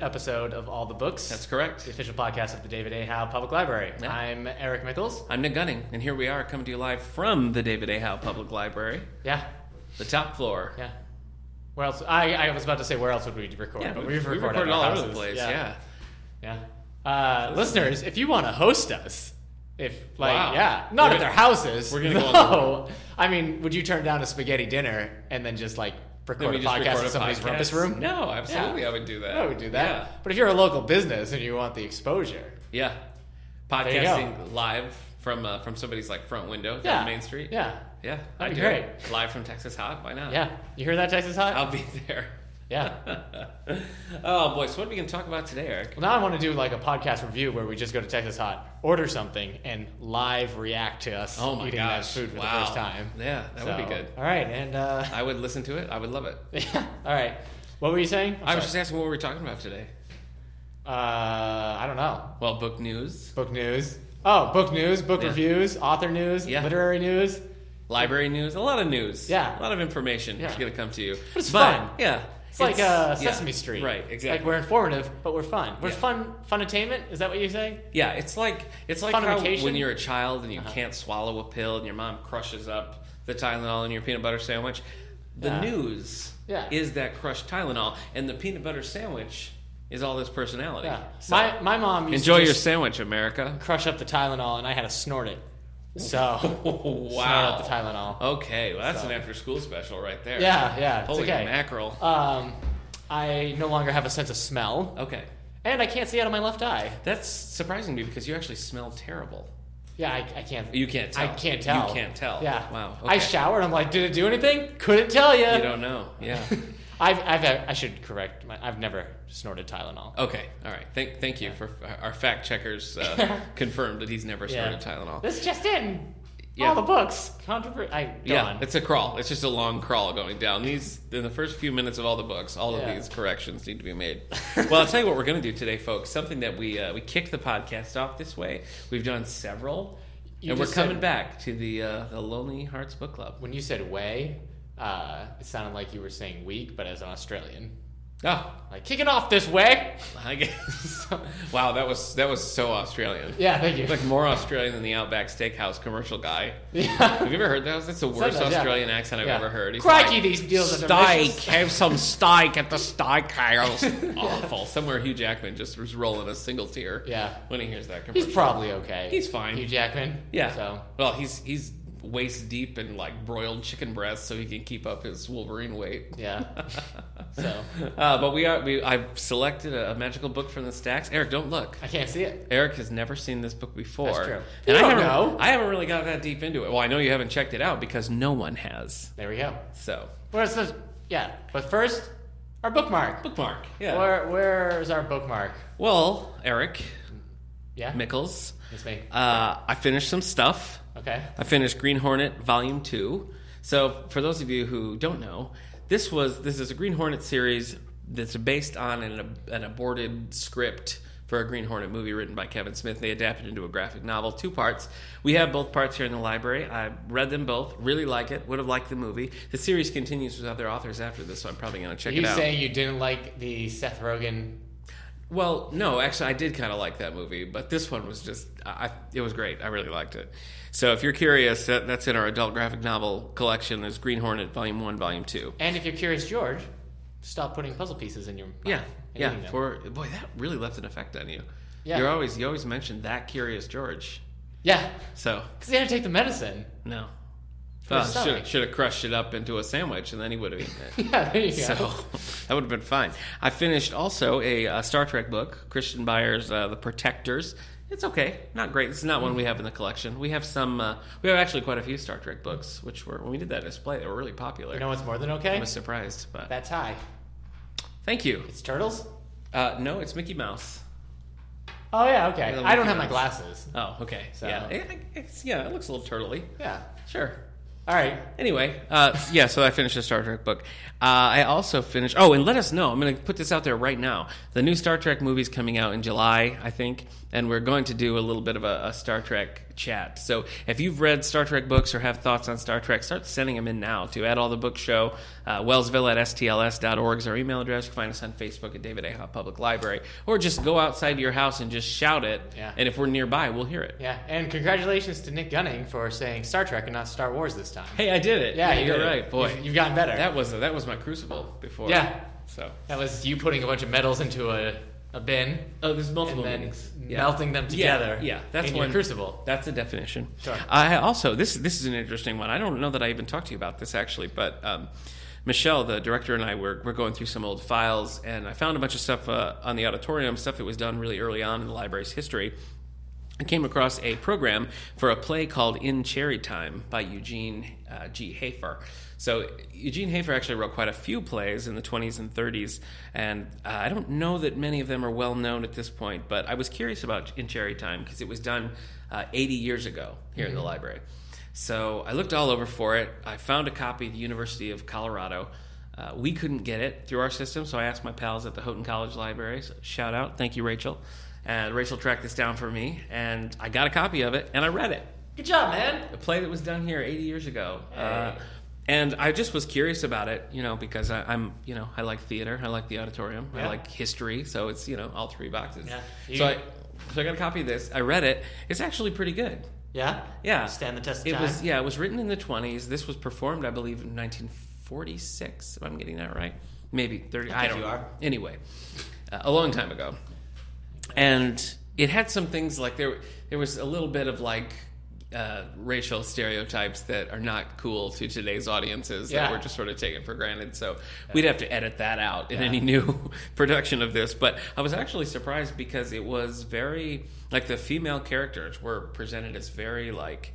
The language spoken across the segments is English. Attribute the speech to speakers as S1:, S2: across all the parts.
S1: episode of All the Books.
S2: That's correct.
S1: The official podcast of the David A. Howe Public Library.
S2: Yeah.
S1: I'm Eric Mickles.
S2: I'm Nick Gunning, and here we are coming to you live from the David A. Howe Public Library,
S1: Yeah,
S2: the top floor.
S1: yeah. Where else? I, I was about to say where else would we record, but we've
S2: we
S1: recorded,
S2: recorded
S1: at our
S2: all over the
S1: houses.
S2: place. Yeah.
S1: yeah. Uh, listeners, if you want to host us, if like
S2: Wow.
S1: yeah, not
S2: We're
S1: at
S2: gonna-
S1: their houses.
S2: we're gonna go on the
S1: no. I mean, would you turn down a spaghetti dinner and then just like
S2: Then
S1: record
S2: we
S1: a
S2: just
S1: podcast
S2: record
S1: in
S2: a
S1: somebody's
S2: podcast.
S1: rumpus room?
S2: No, absolutely,
S1: Yeah.
S2: I would do that.
S1: I would do that. But if you're a local business and you want the exposure,
S2: Yeah, yeah.
S1: you go.
S2: podcasting live from uh, from somebody's like front window down
S1: yeah,
S2: Main Street.
S1: yeah,
S2: yeah,
S1: That'd
S2: I'd
S1: be
S2: do it. Live from Texas Hot. Why not?
S1: yeah. You hear that, Texas Hot?
S2: I'll be there.
S1: yeah.
S2: oh boy, so what are we gonna talk about today, Eric?
S1: Well, now I want to do like a podcast review where we just go to Texas Hot, order something, and live react to us
S2: Oh my
S1: eating
S2: gosh!
S1: that food for
S2: wow.
S1: the first time.
S2: Yeah, that
S1: So,
S2: would be good.
S1: All right, and uh,
S2: I would listen to it. I would love it.
S1: yeah, all right. What were you saying? I'm
S2: I
S1: sorry.
S2: was just asking what we were talking about today.
S1: uh, I don't know.
S2: Well, book news,
S1: Book news. Oh, book news, book
S2: Yeah.
S1: reviews, author news,
S2: Yeah.
S1: literary news.
S2: library news, a lot of news.
S1: Yeah.
S2: a lot of information
S1: Yeah.
S2: is going to come to you. But
S1: it's fun.
S2: Yeah,
S1: It's, like uh,
S2: yeah,
S1: Sesame Street,
S2: Right, exactly.
S1: Like we're informative, but we're fun. We're
S2: Yeah.
S1: fun, fun entertainment. Is that what you say?
S2: yeah, it's like it's like
S1: Fun
S2: how
S1: vacation.
S2: when you're a child
S1: Uh-huh.
S2: and you can't swallow a pill and your mom crushes up the Tylenol in your peanut butter sandwich. The
S1: Yeah.
S2: news
S1: Yeah.
S2: is that crushed Tylenol, and the peanut butter sandwich is all this personality.
S1: Yeah.
S2: So,
S1: my my mom used
S2: enjoy
S1: to
S2: your
S1: just
S2: sandwich, America.
S1: crush up the Tylenol, and I had to snort it. So.
S2: wow.
S1: Snort out the Tylenol.
S2: Okay, well, that's
S1: So-
S2: an after-school special right there.
S1: Yeah, yeah. It's
S2: Holy
S1: okay.
S2: mackerel.
S1: Um, I no longer have a sense of smell,
S2: Okay.
S1: and I can't see out of my left eye.
S2: That's surprising to me because you actually smell terrible.
S1: Yeah, I, I can't.
S2: You can't tell.
S1: I can't tell.
S2: You can't tell.
S1: Yeah.
S2: Wow.
S1: I
S2: okay.
S1: showered. I'm like, did it do anything? Couldn't tell you.
S2: You don't know. Yeah.
S1: I've, I've, I should correct. My, I've never snorted Tylenol.
S2: okay. All right. Thank, thank you for our fact checkers uh, confirmed that he's never
S1: Yeah.
S2: started Tylenol.
S1: This just in.
S2: Yeah.
S1: All the books. Controver- I go
S2: yeah,
S1: on.
S2: it's a crawl. It's just a long crawl going down. These in the first few minutes of all the books, all
S1: Yeah.
S2: of these corrections need to be made. well, I'll tell you what we're going to do today, folks. Something that we uh, we kicked the podcast off this way. We've done several,
S1: You
S2: and we're
S1: just
S2: coming
S1: said-
S2: back to the uh, the Lonely Hearts Book Club.
S1: When you said way, uh, it sounded like you were saying weak, but as an Australian,
S2: Oh,
S1: like kicking off this way.
S2: I guess. wow, that was that was so Australian.
S1: Yeah, thank you.
S2: Like more Australian than the Outback Steakhouse commercial guy.
S1: yeah.
S2: Have you ever heard that? That's the worst
S1: Sometimes, yeah.
S2: Australian accent I've
S1: Yeah.
S2: ever heard. He's
S1: Crikey,
S2: like,
S1: these deals are
S2: steak.
S1: delicious.
S2: Have some steak at the steakhouse. Awful. Somewhere Hugh Jackman just was rolling a single tear.
S1: Yeah.
S2: When he hears that commercial.
S1: He's probably okay.
S2: He's fine.
S1: Hugh Jackman.
S2: yeah.
S1: So
S2: Well, he's he's waist deep in like broiled chicken breasts, so he can keep up his Wolverine weight.
S1: yeah. so
S2: Uh, but we are we I've selected a, a magical book from the stacks. Eric, don't look.
S1: I can't see it.
S2: Eric has never seen this book before.
S1: That's true.
S2: And
S1: You
S2: I
S1: don't
S2: haven't,
S1: know.
S2: I haven't really got that deep into it. Well, I know you haven't checked it out because no one has.
S1: There we go.
S2: So
S1: Where's the yeah? But first, our bookmark.
S2: bookmark. Yeah.
S1: Where where's our bookmark?
S2: well, Eric
S1: Yeah,
S2: Mickles,
S1: it's me.
S2: uh, I finished some stuff.
S1: Okay.
S2: I finished Green Hornet Volume Two. So for those of you who don't know, this was this is a Green Hornet series that's based on an, ab- an aborted script for a Green Hornet movie written by Kevin Smith. They adapted into a graphic novel, two parts. We have both parts here in the library. I read them both, really like it. Would have liked the movie. The series continues with other authors after this, so I'm probably going to
S1: Are
S2: check
S1: you
S2: it out.
S1: saying you didn't like the Seth Rogen?
S2: Well, no, actually, I did kind of like that movie, but this one was just, I, I- it was great. I really liked it. So if you're curious, that, that's in our adult graphic novel collection. There's Green Hornet, Volume 1, Volume 2.
S1: And if you're curious, George, stop putting puzzle pieces in your mouth
S2: Yeah,
S1: and
S2: yeah.
S1: eating them.
S2: For boy, that really left an effect on you.
S1: Yeah.
S2: You're always you always mentioned that curious George.
S1: yeah,
S2: So
S1: because he had to take the medicine.
S2: no,
S1: his
S2: uh,
S1: stomach.
S2: should should have crushed it up into a sandwich and then he would have eaten it.
S1: Yeah, there you go.
S2: So that would have been fine. I finished also a, uh Star Trek book, Christian Byers, uh, The Protectors. It's okay, not great. This is not one we have in the collection. We have some. Uh, we have actually quite a few Star Trek books, which were when we did that display, they were really popular.
S1: you know what's more than okay?
S2: I was surprised, but
S1: That's high.
S2: thank you.
S1: It's turtles.
S2: Uh, no, it's Mickey Mouse.
S1: Oh yeah, okay.
S2: the
S1: I don't
S2: Mickey
S1: have my
S2: Mouse.
S1: glasses.
S2: Oh, okay.
S1: So-
S2: Yeah, it, it's, yeah, it looks a little turtly.
S1: Yeah.
S2: Sure.
S1: All right.
S2: Anyway, uh, yeah, so I finished the Star Trek book. Uh, I also finished. Oh, and let us know. I'm going to put this out there right now. The new Star Trek movie's coming out in July, I think. and we're going to do a little bit of a, a Star Trek chat. So if you've read Star Trek books or have thoughts on Star Trek, start sending them in now to at all the book show. Uh, Wellsville at stls.org is our email address. You can find us on Facebook at David Ahop Public Library, or just go outside your house and just shout it.
S1: Yeah.
S2: And if we're nearby, we'll hear it.
S1: Yeah, and congratulations to Nick Gunning for saying Star Trek and not Star Wars this time.
S2: Hey, I did it.
S1: Yeah, you
S2: you're
S1: did it.
S2: right, boy.
S1: You've, you've gotten better. That,
S2: that was uh, that was my crucible before.
S1: Yeah.
S2: So
S1: was you putting a bunch of metals into a, a bin
S2: oh, there's
S1: and
S2: multiple
S1: then
S2: meanings.
S1: melting them together.
S2: yeah, that's
S1: in your
S2: one-
S1: crucible.
S2: That's a definition.
S1: Sure.
S2: I also this this is an interesting one. I don't know that I even talked to you about this actually, but um, Michelle, the director, and I were we're going through some old files, and I found a bunch of stuff uh, on the auditorium stuff that was done really early on in the library's history. I came across a program for a play called In Cherry Time by Eugene uh, G. Hafer. So, Eugene Hafer actually wrote quite a few plays in the 20s and 30s, and uh, I don't know that many of them are well known at this point, but I was curious about In Cherry Time because it was done uh, 80 years ago here in the library. So, I looked all over for it. I found a copy at the University of Colorado. Uh, we couldn't get it through our system, so I asked my pals at the Houghton College Library. So shout out, thank you, Rachel. And Rachel tracked this down for me, and I got a copy of it, and I read it.
S1: Good job, man.
S2: A play that was done here 80 years ago. Uh,
S1: Hey.
S2: and I just was curious about it, you know, because I, I'm, you know, I like theater, I like the auditorium, I
S1: Yeah.
S2: like history, so it's, you know, all three boxes.
S1: Yeah.
S2: So, I,
S1: You-
S2: so I got a copy of this. I read it. It's actually pretty good.
S1: Yeah?
S2: Yeah.
S1: Stand the test of
S2: It
S1: time.
S2: was yeah, it was written in the 20s. This was performed, I believe, in 1946. If I'm getting that right, maybe 30. I,
S1: think
S2: don't
S1: you
S2: know.
S1: are.
S2: Anyway, uh, a long time ago, and it had some things like there. There was a little bit of like. Uh, racial stereotypes that are not cool to today's audiences that
S1: Yeah.
S2: were just sort of taken for granted. So we'd have to edit that out in any new production of this. But I was actually surprised because it was very like the female characters were presented as very like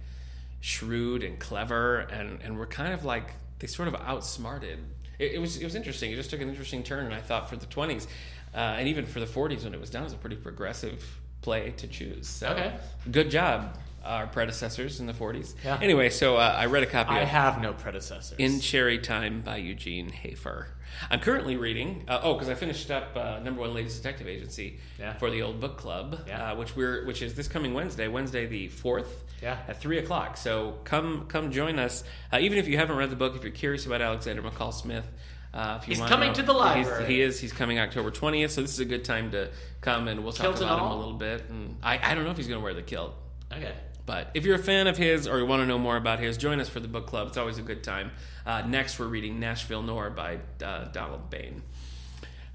S2: shrewd and clever and and were kind of like they sort of outsmarted it, it was it was interesting it just took an interesting turn and i thought for the 20s uh, and even for the 40s when it was done it was a pretty progressive play to choose so
S1: Okay.
S2: good job our predecessors in the 40s
S1: Yeah.
S2: anyway so uh, i read a copy
S1: I
S2: of
S1: have no predecessors.
S2: in Cherry Time by Eugene Hafer. I'm currently reading, uh, oh, because I finished up uh, Number One Ladies Detective Agency
S1: Yeah.
S2: for the Old Book Club,
S1: Yeah.
S2: uh, which we're which is this coming Wednesday, Wednesday the fourth,
S1: Yeah.
S2: at three o'clock. So come come join us. Uh, even if you haven't read the book, if you're curious about Alexander McCall Smith. Uh, if you
S1: He's
S2: wanna
S1: coming
S2: know-
S1: to the
S2: he's-
S1: library.
S2: he is. He's coming October 20th, so this is a good time to come and we'll talk
S1: Kilt and
S2: about him a
S1: all?
S2: little bit. And I, I don't know if he's going to wear the kilt.
S1: okay.
S2: But if you're a fan of his or you want to know more about his, join us for the book club. It's always a good time. Uh, next, we're reading Nashville Noir by uh, Donald Bain.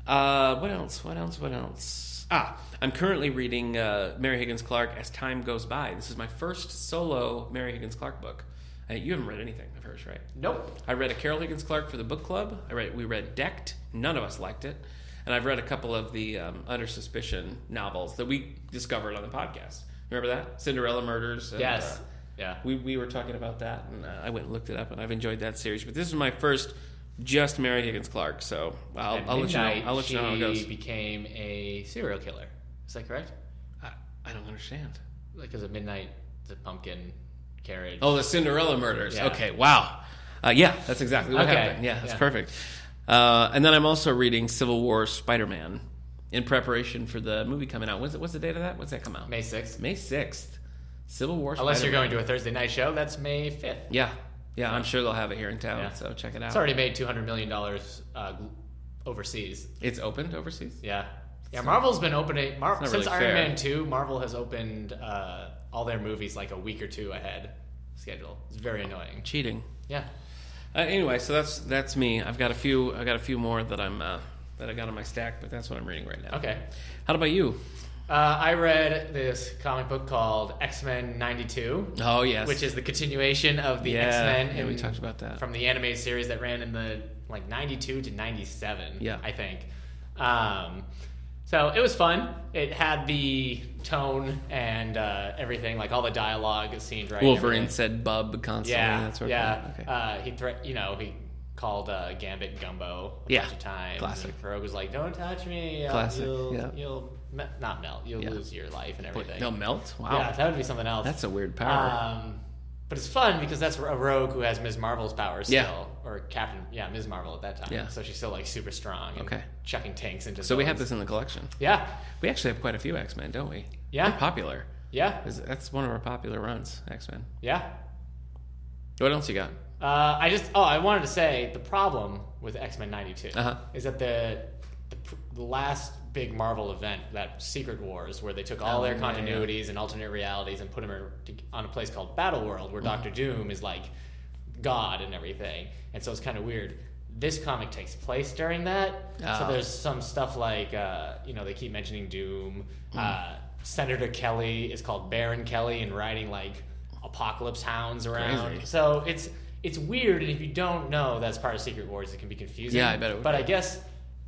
S2: Uh, what else? What else? What else? Ah, I'm currently reading uh, Mary Higgins Clark as Time Goes By. This is my first solo Mary Higgins Clark book. Uh, you haven't read anything of hers, right?
S1: Nope.
S2: I read a Carol Higgins Clark for the book club. I read we read Decked. None of us liked it, and I've read a couple of the um, Under Suspicion novels that we discovered on the podcast. Remember that Cinderella Murders? And,
S1: Yes.
S2: uh,
S1: yeah.
S2: we we were talking about that, and uh, I went and looked it up, and I've enjoyed that series. But this is my first just Mary Higgins Clark, so I'll,
S1: At
S2: I'll let you know.
S1: midnight,
S2: I'll let you know how it
S1: she
S2: goes.
S1: became a serial killer. Is that correct?
S2: I, I don't understand.
S1: Like, because at midnight, the pumpkin carriage.
S2: Oh, the Cinderella murders.
S1: Yeah.
S2: Okay, wow. Uh, yeah, that's exactly what
S1: Okay.
S2: happened. Yeah, that's
S1: Yeah.
S2: perfect. Uh, and then I'm also reading Civil War Spider Man in preparation for the movie coming out. When's it, what's the date of that? When's that come out?
S1: May 6th.
S2: May 6th. Civil War
S1: Unless
S2: Spider-Man.
S1: you're going to a Thursday night show, that's May 5th.
S2: Yeah, yeah, I'm sure they'll have it here in town,
S1: Yeah.
S2: so check it out.
S1: It's already made $200 million uh, overseas.
S2: It's opened overseas?
S1: Yeah. Yeah, Marvel's been opening. Mar-
S2: not
S1: since
S2: really
S1: Iron
S2: fair.
S1: Man 2, Marvel has opened uh, all their movies like a week or two ahead schedule. It's very annoying.
S2: Cheating.
S1: Yeah.
S2: Uh, anyway, so that's that's me. I've got a few. I got a few more that I'm uh, that I got on my stack, but that's what I'm reading right now.
S1: Okay.
S2: How about you?
S1: Uh, I read this comic book called X Men 92,
S2: Oh yes,
S1: which is the continuation of the
S2: yeah,
S1: X Men.
S2: yeah. We talked about that.
S1: from the animated series that ran in the like 92 to 97
S2: Yeah.
S1: i think um, so it was fun it had the tone and uh, everything like all the dialogue it seemed right and
S2: Wolverine
S1: everything.
S2: said "bub" constantly.
S1: yeah
S2: that sort of
S1: yeah
S2: thing. Okay.
S1: uh, he thre- you know he called uh, gambit gumbo a
S2: Yeah.
S1: bunch of times
S2: Classic.
S1: and Rogue was like don't touch me I'll-
S2: Classic,
S1: you'll,
S2: yeah.
S1: you'll me- not melt you'll
S2: Yeah.
S1: lose your life and everything
S2: They'll melt. Wow,
S1: yeah that would be something else
S2: that's a weird power.
S1: um, but it's fun because that's a rogue who has Ms. Marvel's powers
S2: Yeah.
S1: still, or Captain, yeah, Ms. Marvel at that time.
S2: Yeah.
S1: So she's still like super strong. And
S2: Okay.
S1: Chucking tanks into.
S2: so we have
S1: villains.
S2: this in the collection.
S1: Yeah,
S2: We actually have quite a few X Men, don't we? They're
S1: Yeah,
S2: popular.
S1: yeah,
S2: Is- That's one of our popular runs, X Men.
S1: yeah.
S2: What else you got?
S1: Uh, I just oh I wanted to say the problem with X Men '92
S2: Uh-huh.
S1: is that the, the pr- the last big Marvel event that Secret Wars where they took all
S2: Oh,
S1: their
S2: yeah, yeah.
S1: continuities and alternate realities and put them on a place called Battle World where
S2: Mm-hmm.
S1: Doctor Doom is like God and everything and so it's kind of weird. This comic takes place during that, so
S2: Ah.
S1: there's some stuff like uh, you know they keep mentioning Doom.
S2: Mm.
S1: Uh, Senator Kelly is called Baron Kelly and riding like apocalypse hounds around.
S2: Crazy.
S1: So it's it's weird, and if you don't know that's part of Secret Wars, it can be confusing.
S2: Yeah, I bet it would
S1: But
S2: be.
S1: I guess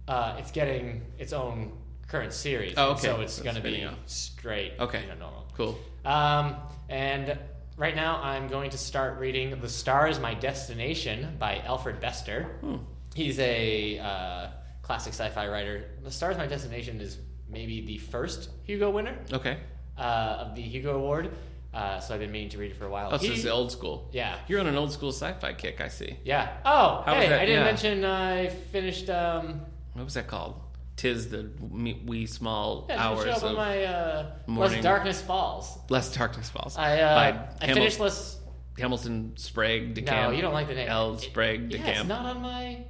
S1: uh, it's getting its own current series.
S2: Oh,
S1: and So
S2: okay.
S1: it's
S2: So
S1: going to be
S2: spinning off.
S1: straight.
S2: Okay.
S1: You know, normal.
S2: Cool.
S1: Um, and right now I'm going to start reading "The Star Is My Destination" by Alfred Bester.
S2: Hmm.
S1: He's a uh, classic sci-fi writer. "The Star Is My Destination" is maybe the first Hugo winner
S2: Okay.
S1: uh, of the Hugo Award. Uh, so I've been meaning to read it for a while.
S2: Oh, so
S1: He-
S2: this is old school.
S1: yeah,
S2: You're on an old school sci-fi kick. I see.
S1: yeah. Oh,
S2: How was
S1: hey,
S2: that?
S1: I didn't
S2: Yeah.
S1: mention uh, I finished. Um,
S2: What was that called? Tis the me- wee small
S1: yeah, didn't show
S2: hours
S1: up on
S2: of
S1: my uh,
S2: morning.
S1: Less Darkness Falls.
S2: Less Darkness Falls.
S1: I uh,
S2: by
S1: I
S2: Hamil-
S1: finished Less.
S2: Hamilton Sprague DeCamp.
S1: No, you don't like the name.
S2: L
S1: It-
S2: Sprague
S1: yeah,
S2: DeCamp.
S1: it's not on my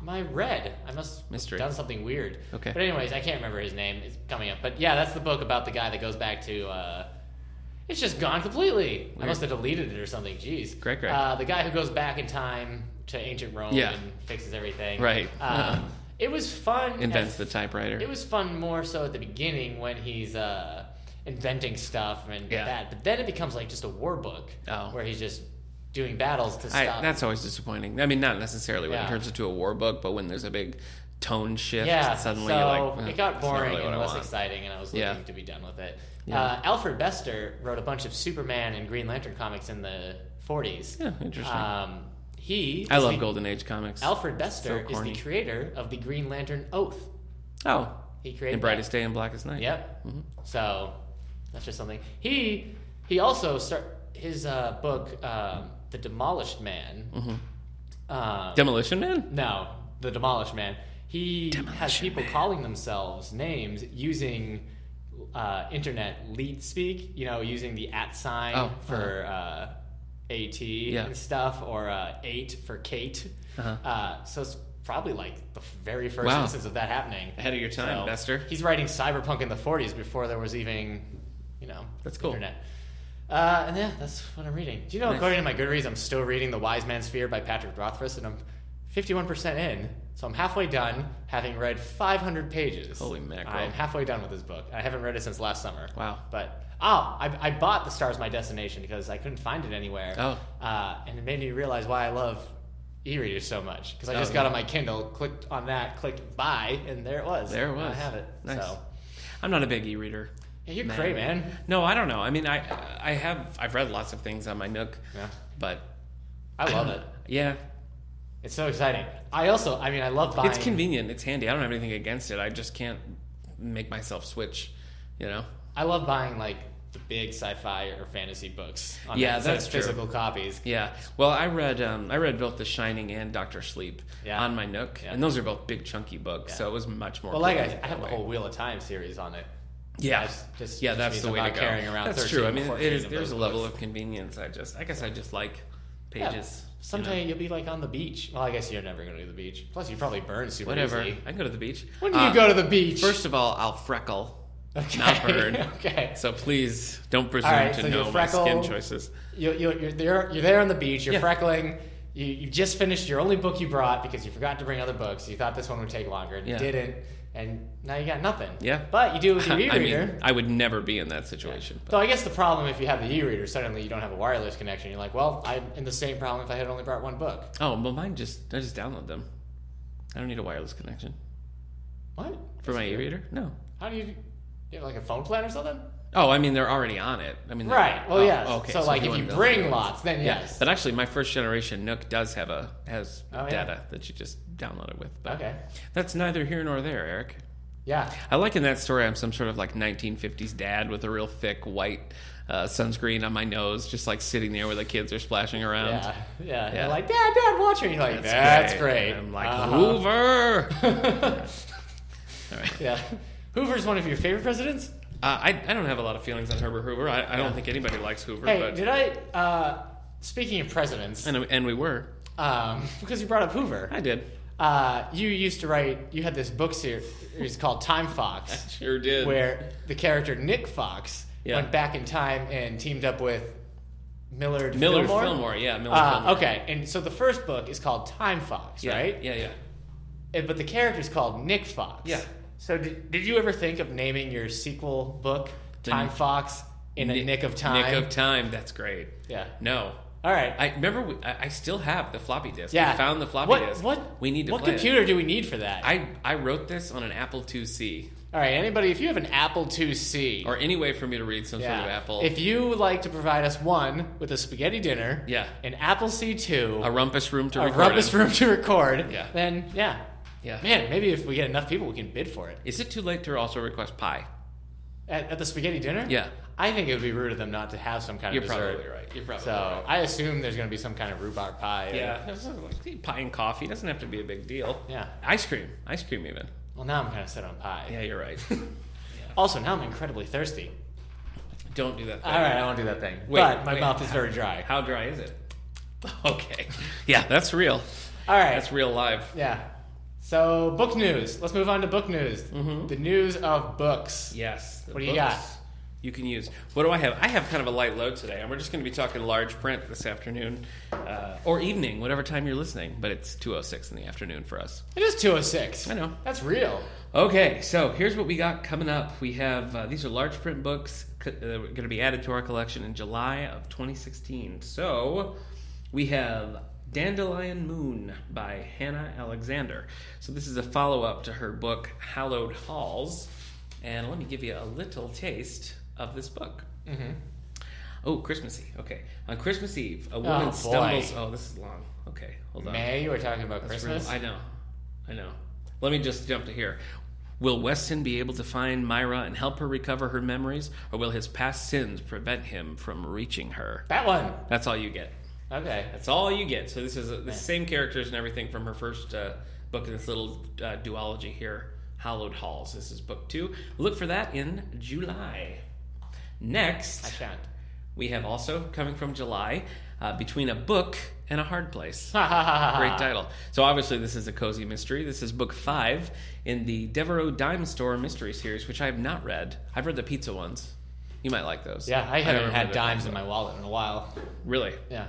S1: my red. I must
S2: Mystery.
S1: have done something weird.
S2: Okay.
S1: But anyways, I can't remember his name. It's coming up. But yeah, that's the book about the guy that goes back to. Uh, it's just gone completely. I
S2: Weird.
S1: must have deleted it or something. Jeez.
S2: Great, great.
S1: Uh, the guy who goes back in time to ancient Rome
S2: Yeah.
S1: and fixes everything.
S2: Right.
S1: Um, it was fun. at
S2: Invents the typewriter.
S1: it was fun more so at the beginning when he's uh, inventing stuff and
S2: Yeah.
S1: that, but then it becomes like just a war book
S2: Oh.
S1: where he's just doing battles to
S2: I,
S1: stop.
S2: that's always disappointing. I mean, not necessarily when
S1: Yeah.
S2: it turns into a war book, but when there's a big tone shift,
S1: yeah,
S2: suddenly
S1: so
S2: you're like, "Eh,
S1: it got
S2: that's not
S1: boring
S2: really what
S1: and
S2: I
S1: less
S2: want."
S1: exciting, and I was looking
S2: Yeah.
S1: to be done with it.
S2: Yeah.
S1: Uh, Alfred Bester wrote a bunch of Superman and Green Lantern comics in the '40s.
S2: Yeah, interesting.
S1: Um, he,
S2: I
S1: is
S2: love
S1: the-
S2: Golden Age comics.
S1: Alfred Bester is the
S2: corny.
S1: creator of the Green Lantern Oath.
S2: oh,
S1: He
S2: in
S1: created that.
S2: Brightest Day and Blackest Night.
S1: Yep. So that's just something. He he also start his uh, book, um, The Demolished Man. Um,
S2: Demolition Man.
S1: no, The Demolished Man. He has
S2: Demolition
S1: people calling themselves names using uh, internet lead speak. You know, using the at sign
S2: Oh,
S1: for. uh AT and stuff, or uh, eight for Kate.
S2: Uh-huh.
S1: Uh, so it's probably like the very first
S2: Wow.
S1: instance of that happening.
S2: Ahead of your time,
S1: So,
S2: Bester.
S1: He's writing cyberpunk in the 40s before there was even, you know,
S2: That's cool.
S1: internet. Uh, and yeah, that's what I'm reading. Do you know,
S2: Nice.
S1: according to my Goodreads, I'm still reading The Wise Man's Fear by Patrick Rothfuss, and I'm 51% in. So I'm halfway done, having read 500 pages.
S2: Holy mackerel.
S1: I'm halfway done with this book. I haven't read it since last summer.
S2: Wow.
S1: But, oh, I, I bought The Stars My Destination because I couldn't find it anywhere.
S2: Oh.
S1: Uh, and it made me realize why I love e-readers so much. Because I
S2: Oh,
S1: just got
S2: yeah.
S1: on my Kindle, clicked on that, clicked buy, and there it was.
S2: There it
S1: Now I
S2: was.
S1: have it.
S2: Nice.
S1: So
S2: I'm not a big e-reader.
S1: yeah, you're
S2: Man.
S1: great, man.
S2: No, I don't know. I mean, I I have I've read lots of things on my Nook,
S1: Yeah.
S2: but
S1: I love it.
S2: yeah,
S1: It's so exciting. I also, I mean, I love buying.
S2: it's convenient. It's handy. I don't have anything against it. I just can't make myself switch. You know.
S1: I love buying like the big sci-fi or fantasy books. On
S2: Yeah,
S1: it instead of
S2: that's true.
S1: physical copies.
S2: Yeah. Well, I read um, I read both The Shining and Doctor Sleep
S1: Yeah.
S2: on my Nook,
S1: Yeah.
S2: and those are both big chunky books,
S1: Yeah.
S2: so it was much more.
S1: Well, like I,
S2: convenient
S1: I have
S2: that
S1: the
S2: way.
S1: whole Wheel of Time series on it.
S2: yeah.
S1: That's just
S2: yeah,
S1: just
S2: that's
S1: means
S2: the
S1: I'm
S2: way to
S1: not
S2: go.
S1: carrying around.
S2: that's
S1: 13
S2: true. I mean,
S1: or
S2: it
S1: 14
S2: is.
S1: of
S2: There's a
S1: those
S2: level
S1: books.
S2: of convenience. I just, I guess, I just like
S1: Yeah.
S2: pages. you
S1: Someday
S2: know,
S1: you'll be like on the beach. Well, I guess you're never going to the beach. Plus, you probably burn super
S2: whatever.
S1: easily.
S2: I can go to the beach.
S1: When do you
S2: Uh,
S1: go to the beach?
S2: First of all, I'll freckle,
S1: Okay.
S2: not burn.
S1: okay.
S2: So please don't presume
S1: All right,
S2: to
S1: so you
S2: know my
S1: freckle.
S2: skin choices.
S1: You, you, you're there. You're there on the beach. You're
S2: Yeah.
S1: freckling. You, you just finished your only book you brought because you forgot to bring other books. You thought this one would take longer, and
S2: Yeah.
S1: it didn't. And now you got nothing.
S2: Yeah.
S1: But you do it with your
S2: I
S1: e-reader.
S2: mean, I would never be in that situation.
S1: so I guess the problem if you have the e-reader, suddenly you don't have a wireless connection. You're like, well, I'm in the same problem if I had only brought one book.
S2: Oh, well, mine just I just download them. I don't need a wireless connection
S1: What?
S2: for my e-reader. No.
S1: How do you? do you have like a phone plan or something?
S2: Oh, I mean they're already on it. I mean they're-
S1: Right. Well,
S2: oh,
S1: yes. So, like, if
S2: wanted
S1: you
S2: to
S1: bring
S2: download it.
S1: lots, then
S2: Yeah,
S1: yes.
S2: But actually, my first generation Nook does have a has
S1: Oh, yeah.
S2: data that you just download it with. But
S1: Okay.
S2: That's neither here nor there, Eric.
S1: Yeah.
S2: I like in that story I'm some sort of like 1950s dad with a real thick white uh, sunscreen on my nose, just like sitting there where the kids are splashing around.
S1: Yeah, yeah. And
S2: Yeah.
S1: You're like, Dad, Dad, watch her. And you're like, That's, great.
S2: And I'm like
S1: Uh-huh.
S2: Hoover. All right.
S1: yeah. Hoover's one of your favorite presidents?
S2: Uh, I, I don't have a lot of feelings on Herbert Hoover. I, I don't think anybody likes Hoover.
S1: Hey,
S2: but
S1: did I? Uh, speaking of presidents,
S2: and, and we were.
S1: um, because you brought up Hoover,
S2: I did.
S1: uh, you used to write. You had this book series called Time Fox,
S2: Sure did.
S1: where the character Nick Fox
S2: Yeah.
S1: went back in time and teamed up with Millard
S2: Miller
S1: Fillmore.
S2: Fillmore? yeah, Miller Fillmore.
S1: Uh, okay, and so the first book is called Time Fox,
S2: Yeah,
S1: right?
S2: Yeah, yeah.
S1: And- But the character's called Nick Fox.
S2: Yeah.
S1: So did, did you ever think of naming your sequel book
S2: The
S1: Time
S2: Nick-
S1: Fox in a Nick of Time?
S2: Nick of Time. That's great.
S1: yeah.
S2: No,
S1: All right.
S2: I remember. We, I, I still have the floppy disk.
S1: yeah.
S2: we found the floppy
S1: what,
S2: disk.
S1: What?
S2: we need to
S1: What
S2: play it.
S1: computer do we need for that?
S2: I I wrote this on an Apple IIc,
S1: All right. Anybody, if you have an Apple IIc.
S2: or any way for me to read some
S1: yeah.
S2: sort of Apple.
S1: If you would like to provide us one with a spaghetti dinner,
S2: Yeah.
S1: an Apple C2,
S2: a rumpus room to
S1: a
S2: record.
S1: rumpus
S2: in.
S1: room to record,
S2: Yeah.
S1: then yeah.
S2: Yeah.
S1: Man, maybe if we get enough people, we can bid for it.
S2: Is it too late to also request pie?
S1: At, at the spaghetti dinner?
S2: Yeah.
S1: I think it would be rude of them not to have some kind
S2: You're
S1: of dessert.
S2: probably right. You're probably
S1: So
S2: right.
S1: I assume there's going to be some kind of rhubarb pie. or-
S2: Yeah, it's like pie and coffee doesn't have to be a big deal.
S1: Yeah.
S2: Ice cream, ice cream even.
S1: Well, now I'm kind of set on pie.
S2: Yeah, you're right.
S1: Also, now I'm incredibly thirsty.
S2: Don't do that. Thing.
S1: All right, I won't do that thing.
S2: Wait,
S1: but my
S2: wait.
S1: mouth is very dry.
S2: How dry is it? Okay. Yeah, that's real.
S1: All right.
S2: That's real live.
S1: Yeah. So, book news. Let's move on to book news.
S2: Mm-hmm.
S1: The news of books.
S2: Yes. the
S1: What do you got?
S2: books You can use. What do I have? I have kind of a light load today, and we're just going to be talking large print this afternoon uh, or evening, whatever time you're listening. But it's two oh six in the afternoon for us.
S1: It is 206.
S2: I know.
S1: That's real.
S2: Okay, so here's what we got coming up. We have uh, these are large print books c- uh, going to be added to our collection in July of 2016. So we have Dandelion Moon by Hannah Alexander. So this is a follow up to her book Hallowed Halls, and let me give you a little taste of this book. Oh, Christmas Eve. Okay, on Christmas Eve, a woman
S1: boy.
S2: stumbles. Oh, this is long. Okay, hold on.
S1: May, we're talking about
S2: That's
S1: Christmas.
S2: real- I know. I know. Let me just jump to here. Will Weston be able to find Myra and help her recover her memories, or will his past sins prevent him from reaching her?
S1: that one.
S2: That's all you get.
S1: Okay.
S2: That's all you get. So this is uh the same characters and everything from her first uh, book in this little uh, duology here, Hallowed Halls. This is book two. Look for that in July. Next,
S1: I shan't.
S2: we have also coming from July, uh, between a book and a hard place.
S1: Ha ha ha ha.
S2: Great title. So obviously this is a cozy mystery. This is book five in the Devereaux Dime Store mystery series, which I have not read. I've read the pizza ones. You might like those.
S1: Yeah, I haven't
S2: remember
S1: had
S2: that.
S1: dimes in my wallet in a while.
S2: Really,
S1: Yeah.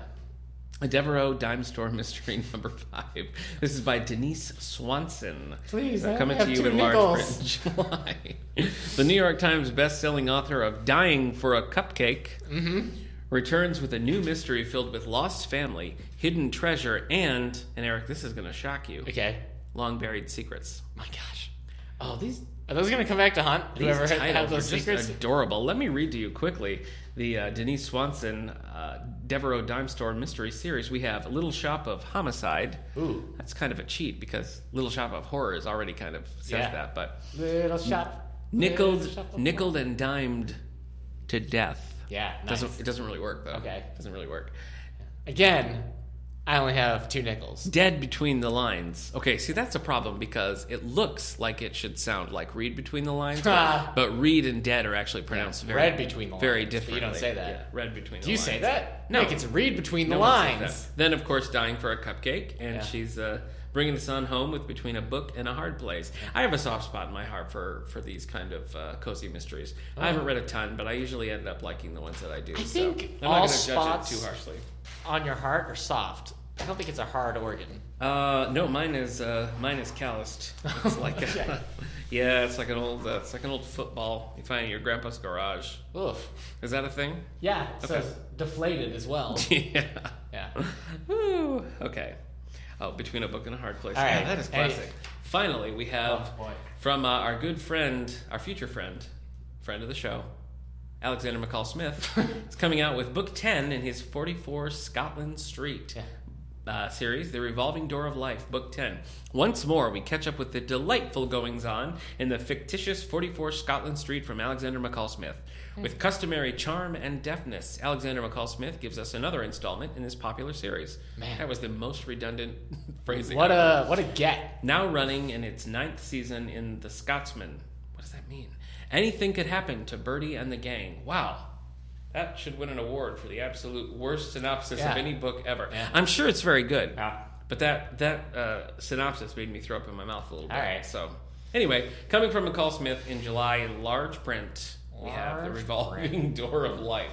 S2: a Devereaux Dime Store mystery number five. This is by Denise Swanson. Uh,
S1: Please, I
S2: coming
S1: have
S2: to you
S1: two
S2: in large print
S1: nickels.
S2: in July. the New York Times best-selling author of "Dying for a Cupcake"
S1: Mm-hmm.
S2: returns with a new mystery filled with lost family, hidden treasure, and and Eric, this is going to shock you.
S1: Okay.
S2: long buried secrets.
S1: My gosh.
S2: Oh, these
S1: Are those gonna come back to haunt
S2: these
S1: whoever had,
S2: titles
S1: had those
S2: are just
S1: secrets?
S2: adorable. Let me read to you quickly the uh, Denise Swanson uh, Devereaux Dime Store mystery series. We have Little Shop of Homicide.
S1: Ooh,
S2: That's kind of a cheat because Little Shop of Horror is already kind of says
S1: Yeah.
S2: that, but
S1: little shop. little
S2: nickled,
S1: shop of-
S2: nickled and dimed to death.
S1: Yeah, nice.
S2: Doesn't it doesn't really work though.
S1: Okay.
S2: doesn't really work.
S1: Again, I only have two nickels.
S2: Dead between the lines. Okay, see that's a problem because it looks like it should sound like read between the lines,
S1: Ah.
S2: but, but read and dead are actually pronounced very
S1: read between the
S2: very
S1: lines, but
S2: differently.
S1: you don't say that.
S2: Yeah, read between.
S1: Do
S2: the
S1: you
S2: lines.
S1: say that?
S2: No.
S1: Nick, it's read between the
S2: No one says
S1: lines.
S2: that. Then of course, dying for a cupcake, and
S1: Yeah.
S2: she's uh, bringing the son home with between a book and a hard place. I have a soft spot in my heart for for these kind of uh, cozy mysteries. I haven't read a ton, but I usually end up liking the ones that I do.
S1: I
S2: so
S1: think
S2: I'm
S1: all
S2: not gonna
S1: spots-
S2: judge it too harshly.
S1: On your heart or soft? I don't think it's a hard organ.
S2: Uh, no, mine is uh, mine is calloused. It's like a,
S1: Okay.
S2: yeah, it's like an old uh, it's like an old football you find in your grandpa's garage.
S1: Oof.
S2: Is that a thing?
S1: Yeah, so
S2: Okay.
S1: it's deflated as well.
S2: yeah.
S1: Yeah.
S2: Woo. Okay. Oh, between a book and a hard place.
S1: All
S2: Yeah,
S1: right.
S2: that is
S1: Hey.
S2: classic. Finally, we have
S1: Oh, boy.
S2: from uh, our good friend, our future friend, friend of the show, Alexander McCall Smith. is coming out with book ten in his forty-four Scotland Street.
S1: Yeah.
S2: uh, series, The Revolving Door of Life, Book 10. Once more, we catch up with the delightful goings on in the fictitious 44 Scotland Street from Alexander McCall Smith.
S1: Hmm.
S2: With customary charm and deftness, Alexander McCall Smith gives us another installment in this popular series.
S1: Man.
S2: That was the most redundant phrasing.
S1: What a what a get.
S2: Now running in its ninth season in The Scotsman. does that mean? Anything could happen to Birdie and the gang. Wow. That should win an award for the absolute worst synopsis
S1: Yeah.
S2: of any book ever.
S1: Yeah.
S2: I'm sure it's very good.
S1: Yeah.
S2: But that that uh, synopsis made me throw up in my mouth a little bit.
S1: All right.
S2: So anyway, coming from McCall Smith in July in large print, we have the
S1: Large
S2: revolving door of life.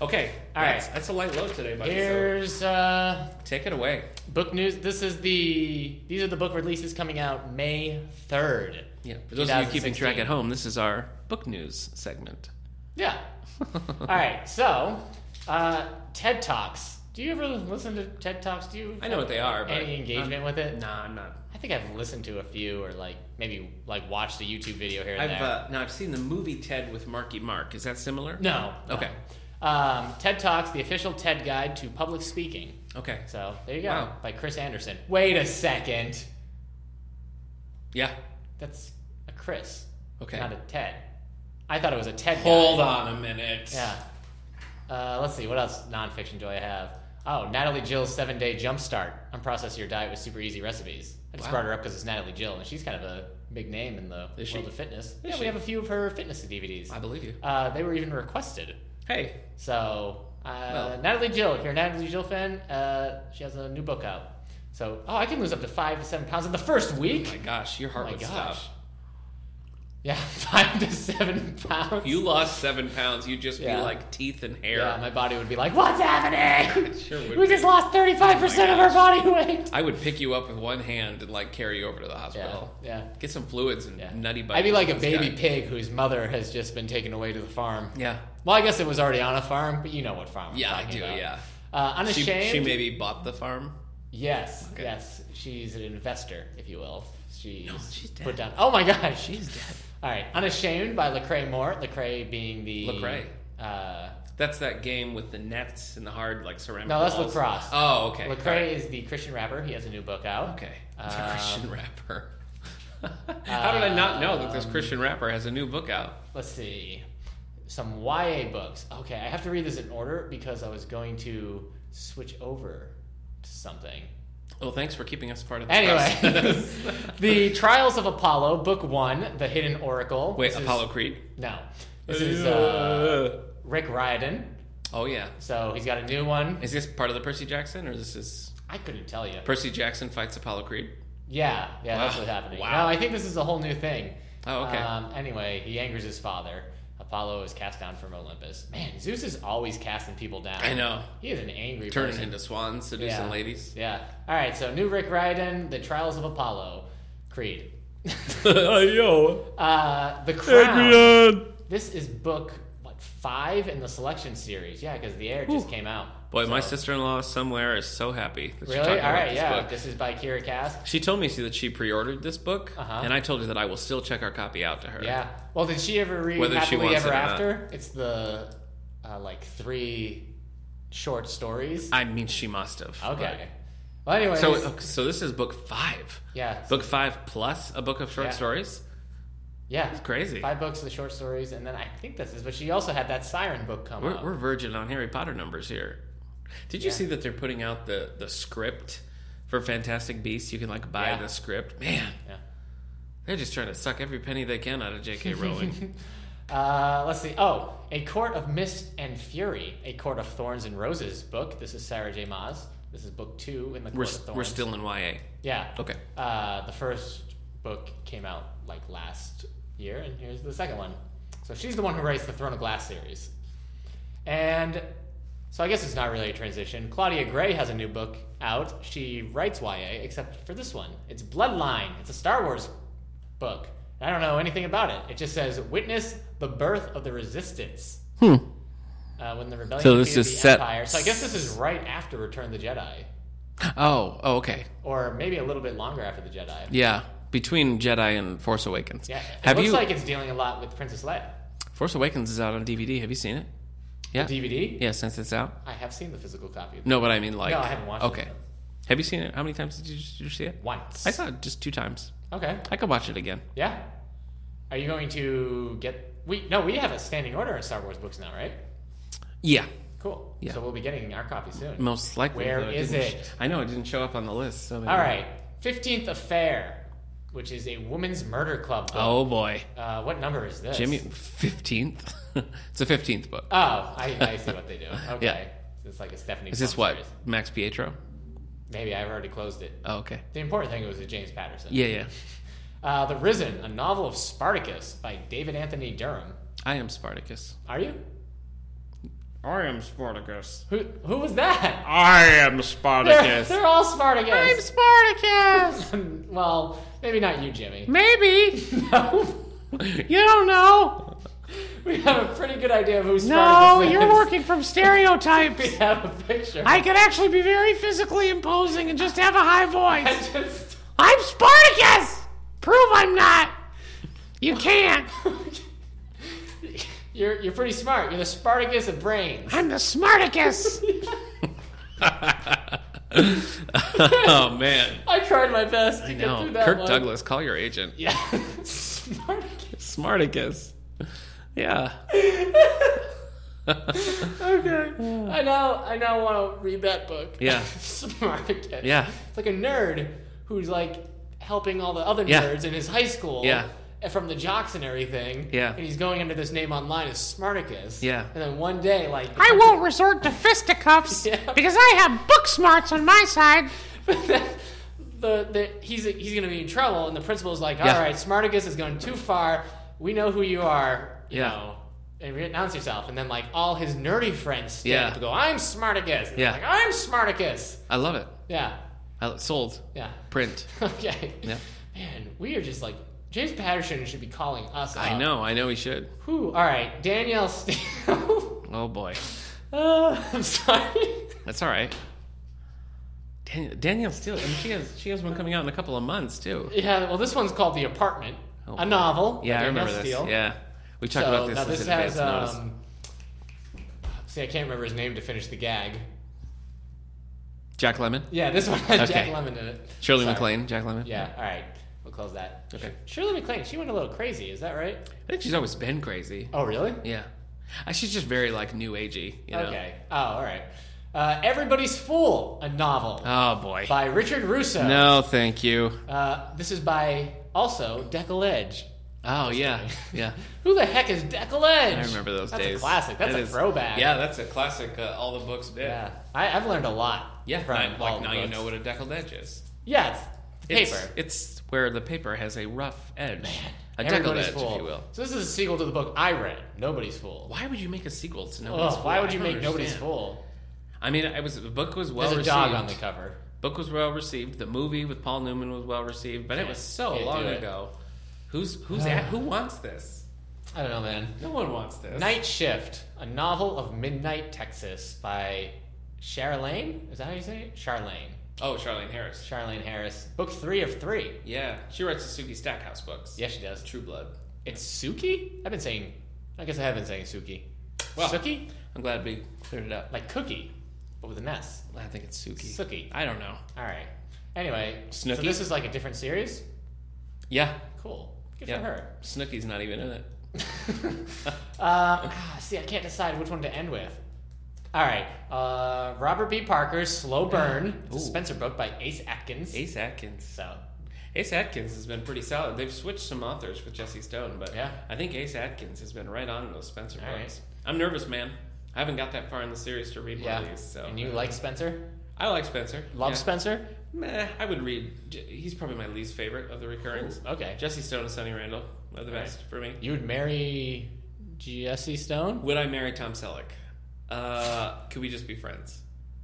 S2: Okay.
S1: All
S2: that's,
S1: right.
S2: That's a light load today, buddy. So
S1: Here's uh,
S2: take it away.
S1: book news. This is the these are the book releases coming out May third.
S2: Yeah. For those of you
S1: 2016.
S2: keeping track at home, this is our book news segment.
S1: Yeah. All right. So, uh, TED Talks. Do you ever listen to TED Talks? Do you
S2: I know what they are, but
S1: any engagement with it?
S2: Nah, I'm not.
S1: I think I've listened to a few, or like maybe like watched a YouTube video here and
S2: I've
S1: there.
S2: uh, now I've seen the movie Ted with Marky Mark. Is that similar?
S1: no.
S2: Okay.
S1: no. Um, TED Talks: The Official TED Guide to Public Speaking.
S2: Okay.
S1: So there you go,
S2: Wow.
S1: by Chris Anderson. Wait a second.
S2: Yeah.
S1: That's a Chris,
S2: Okay.
S1: not a TED. I thought it was a TED. guide.
S2: Hold on a minute.
S1: Yeah. Uh, let's see. What else nonfiction do I have? Oh, Natalie Jill's Seven Day Jumpstart on Process Your Diet with Super Easy Recipes. I just
S2: Wow.
S1: brought her up because it's Natalie Jill, and she's kind of a big name in the
S2: Is she?
S1: world of fitness. yeah,
S2: she?
S1: we have a few of her fitness DVDs.
S2: I believe you.
S1: Uh, they were even requested.
S2: Hey,
S1: So, uh,
S2: Well-
S1: Natalie Jill, if you're a Natalie Jill fan, uh, she has a new book out. So, oh, I can lose up to five to seven pounds in the first week.
S2: Oh my gosh, your heart
S1: my
S2: would
S1: gosh.
S2: stop.
S1: yeah, five to seven pounds.
S2: If you lost seven pounds, you'd just
S1: Yeah.
S2: be like teeth and hair.
S1: Yeah, my body would be like, "What's happening?
S2: It sure would
S1: we
S2: be. Oh
S1: just lost thirty five percent of our body weight."
S2: I would pick you up with one hand and like carry you over to the
S1: Yeah,
S2: hospital.
S1: yeah,
S2: Get some fluids and
S1: yeah.
S2: nutty buddies.
S1: I'd be like a
S2: with this
S1: baby
S2: guy.
S1: pig whose mother has just been taken away to the farm.
S2: Yeah.
S1: Well, I guess it was already on a farm, but you know what farm? I'm
S2: Yeah, I
S1: talking
S2: do,
S1: about.
S2: yeah.
S1: Uh,
S2: She,
S1: unashamed.
S2: she maybe bought the farm.
S1: Yes,
S2: Okay.
S1: yes. She's an investor, if you will. She's,
S2: she's dead.
S1: put down. Oh my gosh, she's.
S2: dead.
S1: All right, unashamed by Lecrae Moore. Lecrae being the
S2: Lecrae.
S1: Uh,
S2: That's that game with the nets and the hard like ceramic.
S1: No, that's
S2: balls.
S1: lacrosse.
S2: Oh, okay.
S1: Lecrae
S2: All right.
S1: is the Christian rapper. He has a new book out.
S2: Okay. It's a
S1: Uh,
S2: Christian rapper. Um, How did I not know that this Christian rapper has a new book out?
S1: let's see some YA books. Okay, I have to read this in order because I was going to switch over to something.
S2: Well, thanks for keeping us part of the
S1: Anyway,
S2: process.
S1: the Trials of Apollo, Book One, The Hidden Oracle.
S2: Wait,
S1: This is-
S2: Apollo Creed?
S1: no, this is uh, Rick Riordan.
S2: oh, yeah.
S1: So he's got a new one.
S2: Is this part of the Percy Jackson, or this is
S1: I couldn't tell you.
S2: Percy Jackson fights Apollo Creed?
S1: Yeah, yeah, that's
S2: Wow.
S1: what's happening.
S2: Wow.
S1: No, I think this is a whole new thing.
S2: Oh, okay.
S1: Um, anyway, he angers his father. Apollo is cast down from Olympus. Man, Zeus is always casting people down.
S2: I know.
S1: He is an angry
S2: Turning
S1: person.
S2: into swans, seducing
S1: Yeah.
S2: ladies.
S1: Yeah. All right. So new Rick Riordan, The Trials of Apollo, Creed,
S2: Yo,
S1: uh, The Crown. This is book what five in the selection series? Yeah, because The Air just came out.
S2: Boy, my
S1: So-
S2: sister-in-law somewhere is so happy that you're
S1: Really?
S2: talking
S1: All
S2: about
S1: right.
S2: this
S1: Yeah.
S2: book.
S1: This is by Kira Cass.
S2: She told me see, that she pre-ordered this book,
S1: Uh-huh.
S2: and I told her that I will still check our copy out to her.
S1: Yeah. Well, did she ever read
S2: Whether she
S1: Happily
S2: wants
S1: Ever
S2: it or not.
S1: After? It's the uh, like three short stories.
S2: I mean, she must have.
S1: okay. Well, anyway.
S2: but- So, so this is book five.
S1: yeah.
S2: Book five plus a book of short
S1: Yeah.
S2: stories.
S1: yeah.
S2: Crazy.
S1: Five books of the short stories, and then I think this is. But she also had that Siren book come
S2: We're,
S1: out.
S2: we're virgin on Harry Potter numbers here. Did you
S1: Yeah.
S2: see that they're putting out the, the script for Fantastic Beasts? You can like buy
S1: Yeah.
S2: the script. Man,
S1: Yeah.
S2: they're just trying to suck every penny they can out of J.K. Rowling.
S1: Uh, let's see. Oh, A Court of Mist and Fury, A Court of Thorns and Roses book. This is Sarah J. Maas. This is book two in the Court
S2: we're,
S1: of
S2: s-
S1: Thorns.
S2: we're still in YA.
S1: Yeah.
S2: Okay.
S1: Uh, the first book came out like last year, and here's the second one. So she's the one who writes the Throne of Glass series. And so I guess it's not really a transition. Claudia Gray has a new book out. She writes YA, except for this one. It's Bloodline. It's a Star Wars book. I don't know anything about it. It just says witness the birth of the resistance.
S2: Hmm.
S1: Uh, when the rebellion
S2: So this
S1: defeated
S2: is
S1: the
S2: set-
S1: empire. So I guess this is right after Return of the Jedi,
S2: Oh, oh, okay.
S1: or maybe a little bit longer after the Jedi.
S2: Yeah. Between Jedi and Force Awakens.
S1: Yeah, it
S2: Have
S1: looks
S2: you?
S1: like it's dealing a lot with Princess Leia.
S2: Force Awakens is out on DVD. Have you seen it? Yeah.
S1: DVD.
S2: Yeah, since it's out.
S1: I have seen the physical copy.
S2: No, but I mean like.
S1: No, I haven't watched it.
S2: okay. Have you seen it? How many times did you, did you see it?
S1: Once.
S2: I saw it just two times.
S1: Okay.
S2: I could watch it again.
S1: Yeah. Are you going to get? We no, we have a standing order in Star Wars books now, right?
S2: Yeah.
S1: Cool.
S2: Yeah.
S1: So we'll be getting our copy soon.
S2: Most likely.
S1: Where
S2: though,
S1: is
S2: didn't sh-
S1: it?
S2: I know it didn't show up on the list. So maybe-
S1: All right. Fifteenth Affair. which is a women's murder club book.
S2: Oh boy,
S1: Uh, what number is this?
S2: Jimmy, fifteenth. it's a fifteenth book.
S1: Oh, I, I see what they do. Okay.
S2: Yeah.
S1: It's like a Stephanie.
S2: Is this
S1: Plum
S2: what
S1: series.
S2: Max Pietro?
S1: Maybe I've already closed it.
S2: Oh, okay.
S1: The important thing was a James Patterson.
S2: Yeah, yeah.
S1: Uh, the Risen, a novel of Spartacus by David Anthony Durham.
S2: I am Spartacus.
S1: Are you?
S2: I am Spartacus.
S1: Who who was that?
S2: I am
S1: They're,
S2: Spartacus.
S1: they're all Spartacus.
S2: I'm Spartacus.
S1: well, maybe not you, Jimmy.
S2: Maybe
S1: No,
S2: you don't know.
S1: we have a pretty good idea of who
S2: No,
S1: Spartacus is.
S2: you're working from
S1: We
S2: stereotypes.
S1: have a picture.
S2: I could actually be very physically imposing and just have a high
S1: I
S2: voice.
S1: just.
S2: I'm Spartacus. Prove I'm not. You can't.
S1: You're you're pretty smart. You're the Spartacus of brains.
S2: I'm the Smarticus. oh man.
S1: I tried my best to get
S2: No,
S1: through that
S2: Kirk
S1: one.
S2: Douglas, call your agent.
S1: Yeah, Spartacus.
S2: Smarticus. Yeah.
S1: Okay, I now I now want to read that book.
S2: Mm. Yeah.
S1: Spartacus.
S2: Yeah.
S1: it's like a nerd who's like helping all the other
S2: Yeah.
S1: nerds in his high school.
S2: Yeah.
S1: and From the jocks and everything.
S2: Yeah.
S1: and he's going under this name online as Smarticus.
S2: Yeah.
S1: and then one day, like
S3: I won't resort to fisticuffs
S1: Yeah.
S3: because I have book smarts on my side.
S1: the, the he's he's gonna be in trouble, and the principal's like, "All right,
S2: Yeah.
S1: Smarticus is going too far. We know who you are. You
S2: Yeah.
S1: know, and announce yourself." And then like all his nerdy friends stand
S2: Yeah.
S1: up and go, "I'm Smarticus." And they're
S2: Yeah.
S1: like I'm Smarticus.
S2: I love it.
S1: Yeah,
S2: I lo- sold.
S1: yeah.
S2: Print.
S1: okay.
S2: Yeah.
S1: Man, we are just like James Patterson should be calling us.
S2: I
S1: up.
S2: know, I know he should.
S1: Whew. All right, Danielle Steele.
S2: Oh boy.
S1: uh, I'm sorry.
S2: That's all right. Daniel, Danielle Steele. I mean, she has she has one coming out in a couple of months too.
S1: Yeah. Well, this one's called The Apartment,
S2: Oh,
S1: a novel. by
S2: Yeah, I
S1: Danielle
S2: remember this.
S1: Steele.
S2: Yeah, we talked
S1: so
S2: about this.
S1: now
S2: as
S1: this
S2: an
S1: has
S2: advance notice.
S1: um, see, I can't remember his name to finish the gag.
S2: Jack Lemon,
S1: Yeah, this one has Jack
S2: Okay.
S1: Lemon in it.
S2: Shirley
S1: Sorry.
S2: MacLaine, Jack Lemon.
S1: Yeah. All right, we'll close that.
S2: Okay.
S1: Shirley MacLaine, she went a little crazy. Is that right?
S2: I think she's always been crazy.
S1: Oh, really?
S2: Yeah, Uh, she's just very like new agey. You know?
S1: Okay. Oh, all right. Uh, Everybody's Fool, a novel
S2: Oh boy.
S1: by Richard Russo.
S2: No, thank you.
S1: Uh, this is by also Deckle Edge.
S2: Oh yeah, yeah.
S1: Who the heck is Deckle Edge?
S2: I remember those
S1: That's
S2: days.
S1: a classic. That's
S2: That
S1: a
S2: is-
S1: throwback.
S2: Yeah, that's a classic. Uh, all the books did.
S1: Yeah. I, I've learned a lot.
S2: Yeah,
S1: from
S2: now-
S1: all
S2: like
S1: the
S2: now you
S1: books.
S2: know what a deckled edge is.
S1: Yeah, it's the
S2: It's-
S1: paper.
S2: It's where the paper has a rough edge, a deckled
S1: Everybody's
S2: edge,
S1: Fool.
S2: if you will.
S1: So this is a sequel to the book I read, Nobody's Fool.
S2: Why would you make a sequel to
S1: Ugh,
S2: Nobody's Fool?
S1: why
S2: I
S1: would you
S2: don't
S1: make Nobody's
S2: understand.
S1: Fool?
S2: I mean, it was the book was well
S1: There's a
S2: received.
S1: dog on the cover.
S2: book was well received. The movie with Paul Newman was well received, but it was so
S1: Can't do
S2: long
S1: it. Uh.
S2: ago. Who's who's at, who wants this?
S1: I don't know, man.
S2: No one wants this.
S1: Night Shift, a novel of Midnight Texas by Charlene. Is that how you say it? Charlene.
S2: Oh, Charlene Harris.
S1: Charlene Harris. Book three of three.
S2: Yeah, she writes the Suki Stackhouse books.
S1: Yes, she does.
S2: True Blood.
S1: It's Suki? I've been saying. I guess I have been saying Suki.
S2: Well-
S1: Suki?
S2: I'm glad we cleared it up.
S1: Like cookie, but with an S.
S2: I think it's Suki.
S1: Suki.
S2: I don't know.
S1: All right. Anyway, so
S2: Snooki?
S1: this is like a different series.
S2: Yeah,
S1: Cool. Good
S2: Yeah.
S1: for her.
S2: Snooki's not even in it.
S1: Um, ah, see, I can't decide which one to end with. All right, uh, Robert B. Parker's Slow Burn, it's a
S2: Ooh.
S1: Spencer book by Ace Atkins.
S2: Ace Atkins.
S1: So,
S2: Ace Atkins has been pretty solid. They've switched some authors with Jesse Stone, but
S1: Yeah.
S2: I think Ace Atkins has been right on in those Spencer
S1: All right.
S2: books. I'm nervous, man. I haven't got that far in the series to read
S1: yeah.
S2: one of these. So
S1: and you like Spencer?
S2: I like Spencer.
S1: Love
S2: yeah.
S1: Spencer?
S2: Meh, I would read. J- He's probably my least favorite of the recurrings. Uh,
S1: Okay.
S2: Jesse Stone and Sonny Randall are the best for me.
S1: You would marry Jesse Stone?
S2: Would I marry Tom Selleck? Uh, could we just be friends?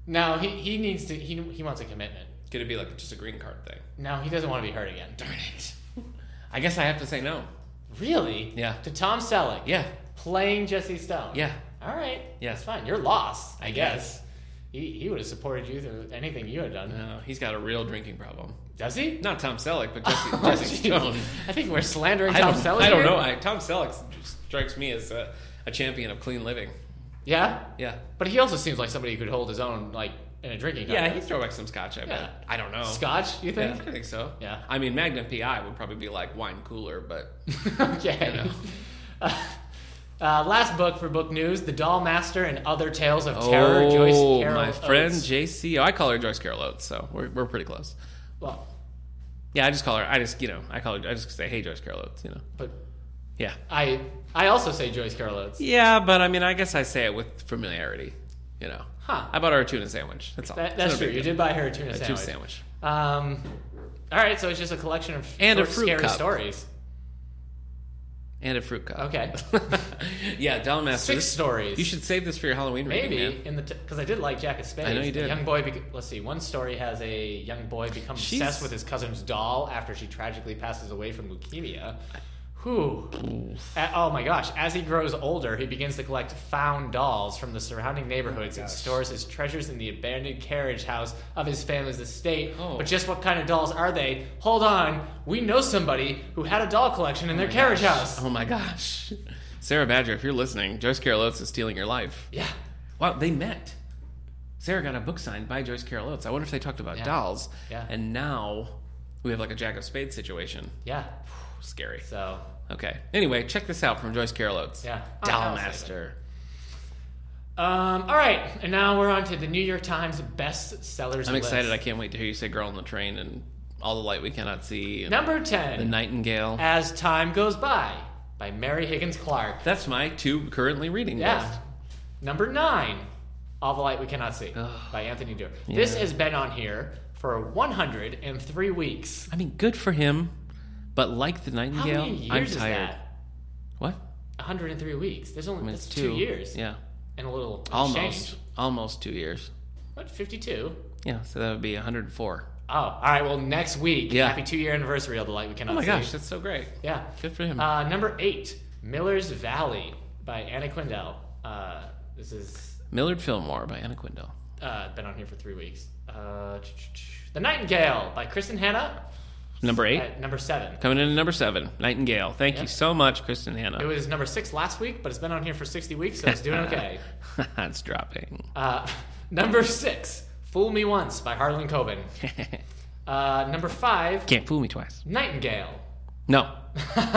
S1: No, he, he needs to, he, he wants a commitment.
S2: Could it be like just a green card thing?
S1: No, he doesn't want to be hurt again.
S2: Darn it! I guess I have to say no.
S1: Really?
S2: Yeah.
S1: To Tom Selleck?
S2: Yeah,
S1: Playing Jesse Stone?
S2: yeah.
S1: All right.
S2: Yeah.
S1: That's fine. You're lost, I,
S2: I
S1: guess.
S2: guess.
S1: He, he would have supported you through anything you had done.
S2: No, he's got a real drinking problem.
S1: Does he?
S2: Not Tom Selleck, but Jesse,
S1: Oh,
S2: Jesse
S1: geez.
S2: Stone.
S1: I think we're slandering
S2: I
S1: Tom
S2: don't,
S1: Selleck.
S2: I don't
S1: here.
S2: know. I, Tom Selleck strikes me as a, a champion of clean living.
S1: yeah,
S2: Yeah.
S1: but he also seems like somebody who could hold his own, like in a drinking
S2: Yeah, he'd
S1: contest.
S2: throw back some scotch, I bet.
S1: Yeah.
S2: I don't know.
S1: Scotch, you
S2: Yeah,
S1: think?
S2: I think so.
S1: Yeah.
S2: I mean, Magnum PI would probably be like wine cooler, but
S1: okay.
S2: You know.
S1: Uh, uh, last book for book news: The Doll Master and Other Tales of Terror. Joyce Carol
S2: Oh, my friend Oh,
S1: Oates.
S2: JC. I call her Joyce Carol Oates, so we're, we're pretty close.
S1: Well,
S2: Yeah, I just call her. I just you know I call her. I just say, hey, Joyce Carol Oates. You know.
S1: But
S2: Yeah.
S1: I I also say Joyce Carol Oates.
S2: Yeah, but I mean, I guess I say it with familiarity. You know.
S1: Huh.
S2: I bought her a tuna sandwich. That's all.
S1: That,
S2: It's
S1: that's
S2: no
S1: true.
S2: big
S1: You
S2: deal.
S1: did buy her a tuna
S2: A
S1: sandwich.
S2: tuna sandwich.
S1: Um, all right, so it's just a collection of
S2: And a
S1: short,
S2: fruit
S1: scary
S2: cup.
S1: stories.
S2: and a fruit cup.
S1: Okay,
S2: yeah, Don Master.
S1: six
S2: This,
S1: stories.
S2: you should save this for your Halloween reading,
S1: maybe
S2: man.
S1: in the because I did like Jack of Spades.
S2: I know you
S1: A
S2: did.
S1: young boy. Bec- let's see. One story has a young boy becomes
S2: She's-
S1: obsessed with his cousin's doll after she tragically passes away from leukemia. Who? oh my gosh! As he grows older, he begins to collect found dolls from the
S2: Oh
S1: surrounding neighborhoods and stores his treasures in the abandoned carriage house of his family's estate.
S2: Oh.
S1: But just what kind of dolls are they? Hold on, we know somebody who had a doll collection in their carriage house.
S2: Oh my gosh, Sarah Badger, if you're listening, Joyce Carol Oates is stealing your life.
S1: Yeah.
S2: Wow, they met. Sarah got a book signed by Joyce Carol Oates. I wonder if they talked about
S1: Yeah.
S2: dolls.
S1: Yeah.
S2: And now we have like a Jack of Spades situation.
S1: Yeah.
S2: Scary.
S1: So,
S2: Okay. Anyway, check this out from Joyce Carol Oates.
S1: yeah. Oh,
S2: Doll
S1: I'll save it.
S2: Master.
S1: Um, all right. And now we're on to the New York Times best sellers
S2: I'm
S1: list.
S2: excited. I can't wait to hear you say Girl on the Train and All the Light We Cannot See and
S1: Number
S2: The
S1: 10,
S2: Nightingale.
S1: As Time Goes By by Mary Higgins Clark.
S2: That's my two currently reading
S1: Yeah.
S2: list.
S1: Number nine, All the Light We Cannot See
S2: Ugh.
S1: by Anthony Doerr. This has been on here for 103 weeks.
S2: I mean, good for him, but like The
S1: How
S2: Nightingale,
S1: many years
S2: I'm
S1: is
S2: tired.
S1: that?
S2: What?
S1: 103 weeks. There's only
S2: I mean,
S1: that's two. years
S2: Yeah.
S1: and a little
S2: Almost.
S1: change.
S2: Almost two years.
S1: What 52?
S2: Yeah, so that would be 104.
S1: Oh, all right. Well, next week,
S2: Yeah.
S1: happy two year anniversary of the Light We Cannot
S2: Oh my
S1: See.
S2: gosh, that's so great.
S1: Yeah.
S2: Good for him.
S1: Uh, number eight, Miller's Valley by Anna Quindell. Uh, this has
S2: Millard Fillmore by Anna Quindle.
S1: uh, been on here for three weeks. Uh, ch- ch- ch- the Nightingale by Kristen Hanna
S2: Number eight.
S1: at number seven.
S2: Coming in at number seven, Nightingale. Thank
S1: Yeah.
S2: you so much, Kristen
S1: It
S2: Hanna.
S1: was number six last week, but it's been on here for 60 weeks, so it's doing okay.
S2: it's dropping.
S1: Uh, number six, Fool Me Once by Harlan Coben. Uh, number five,
S2: Can't fool me twice.
S1: Nightingale.
S2: No.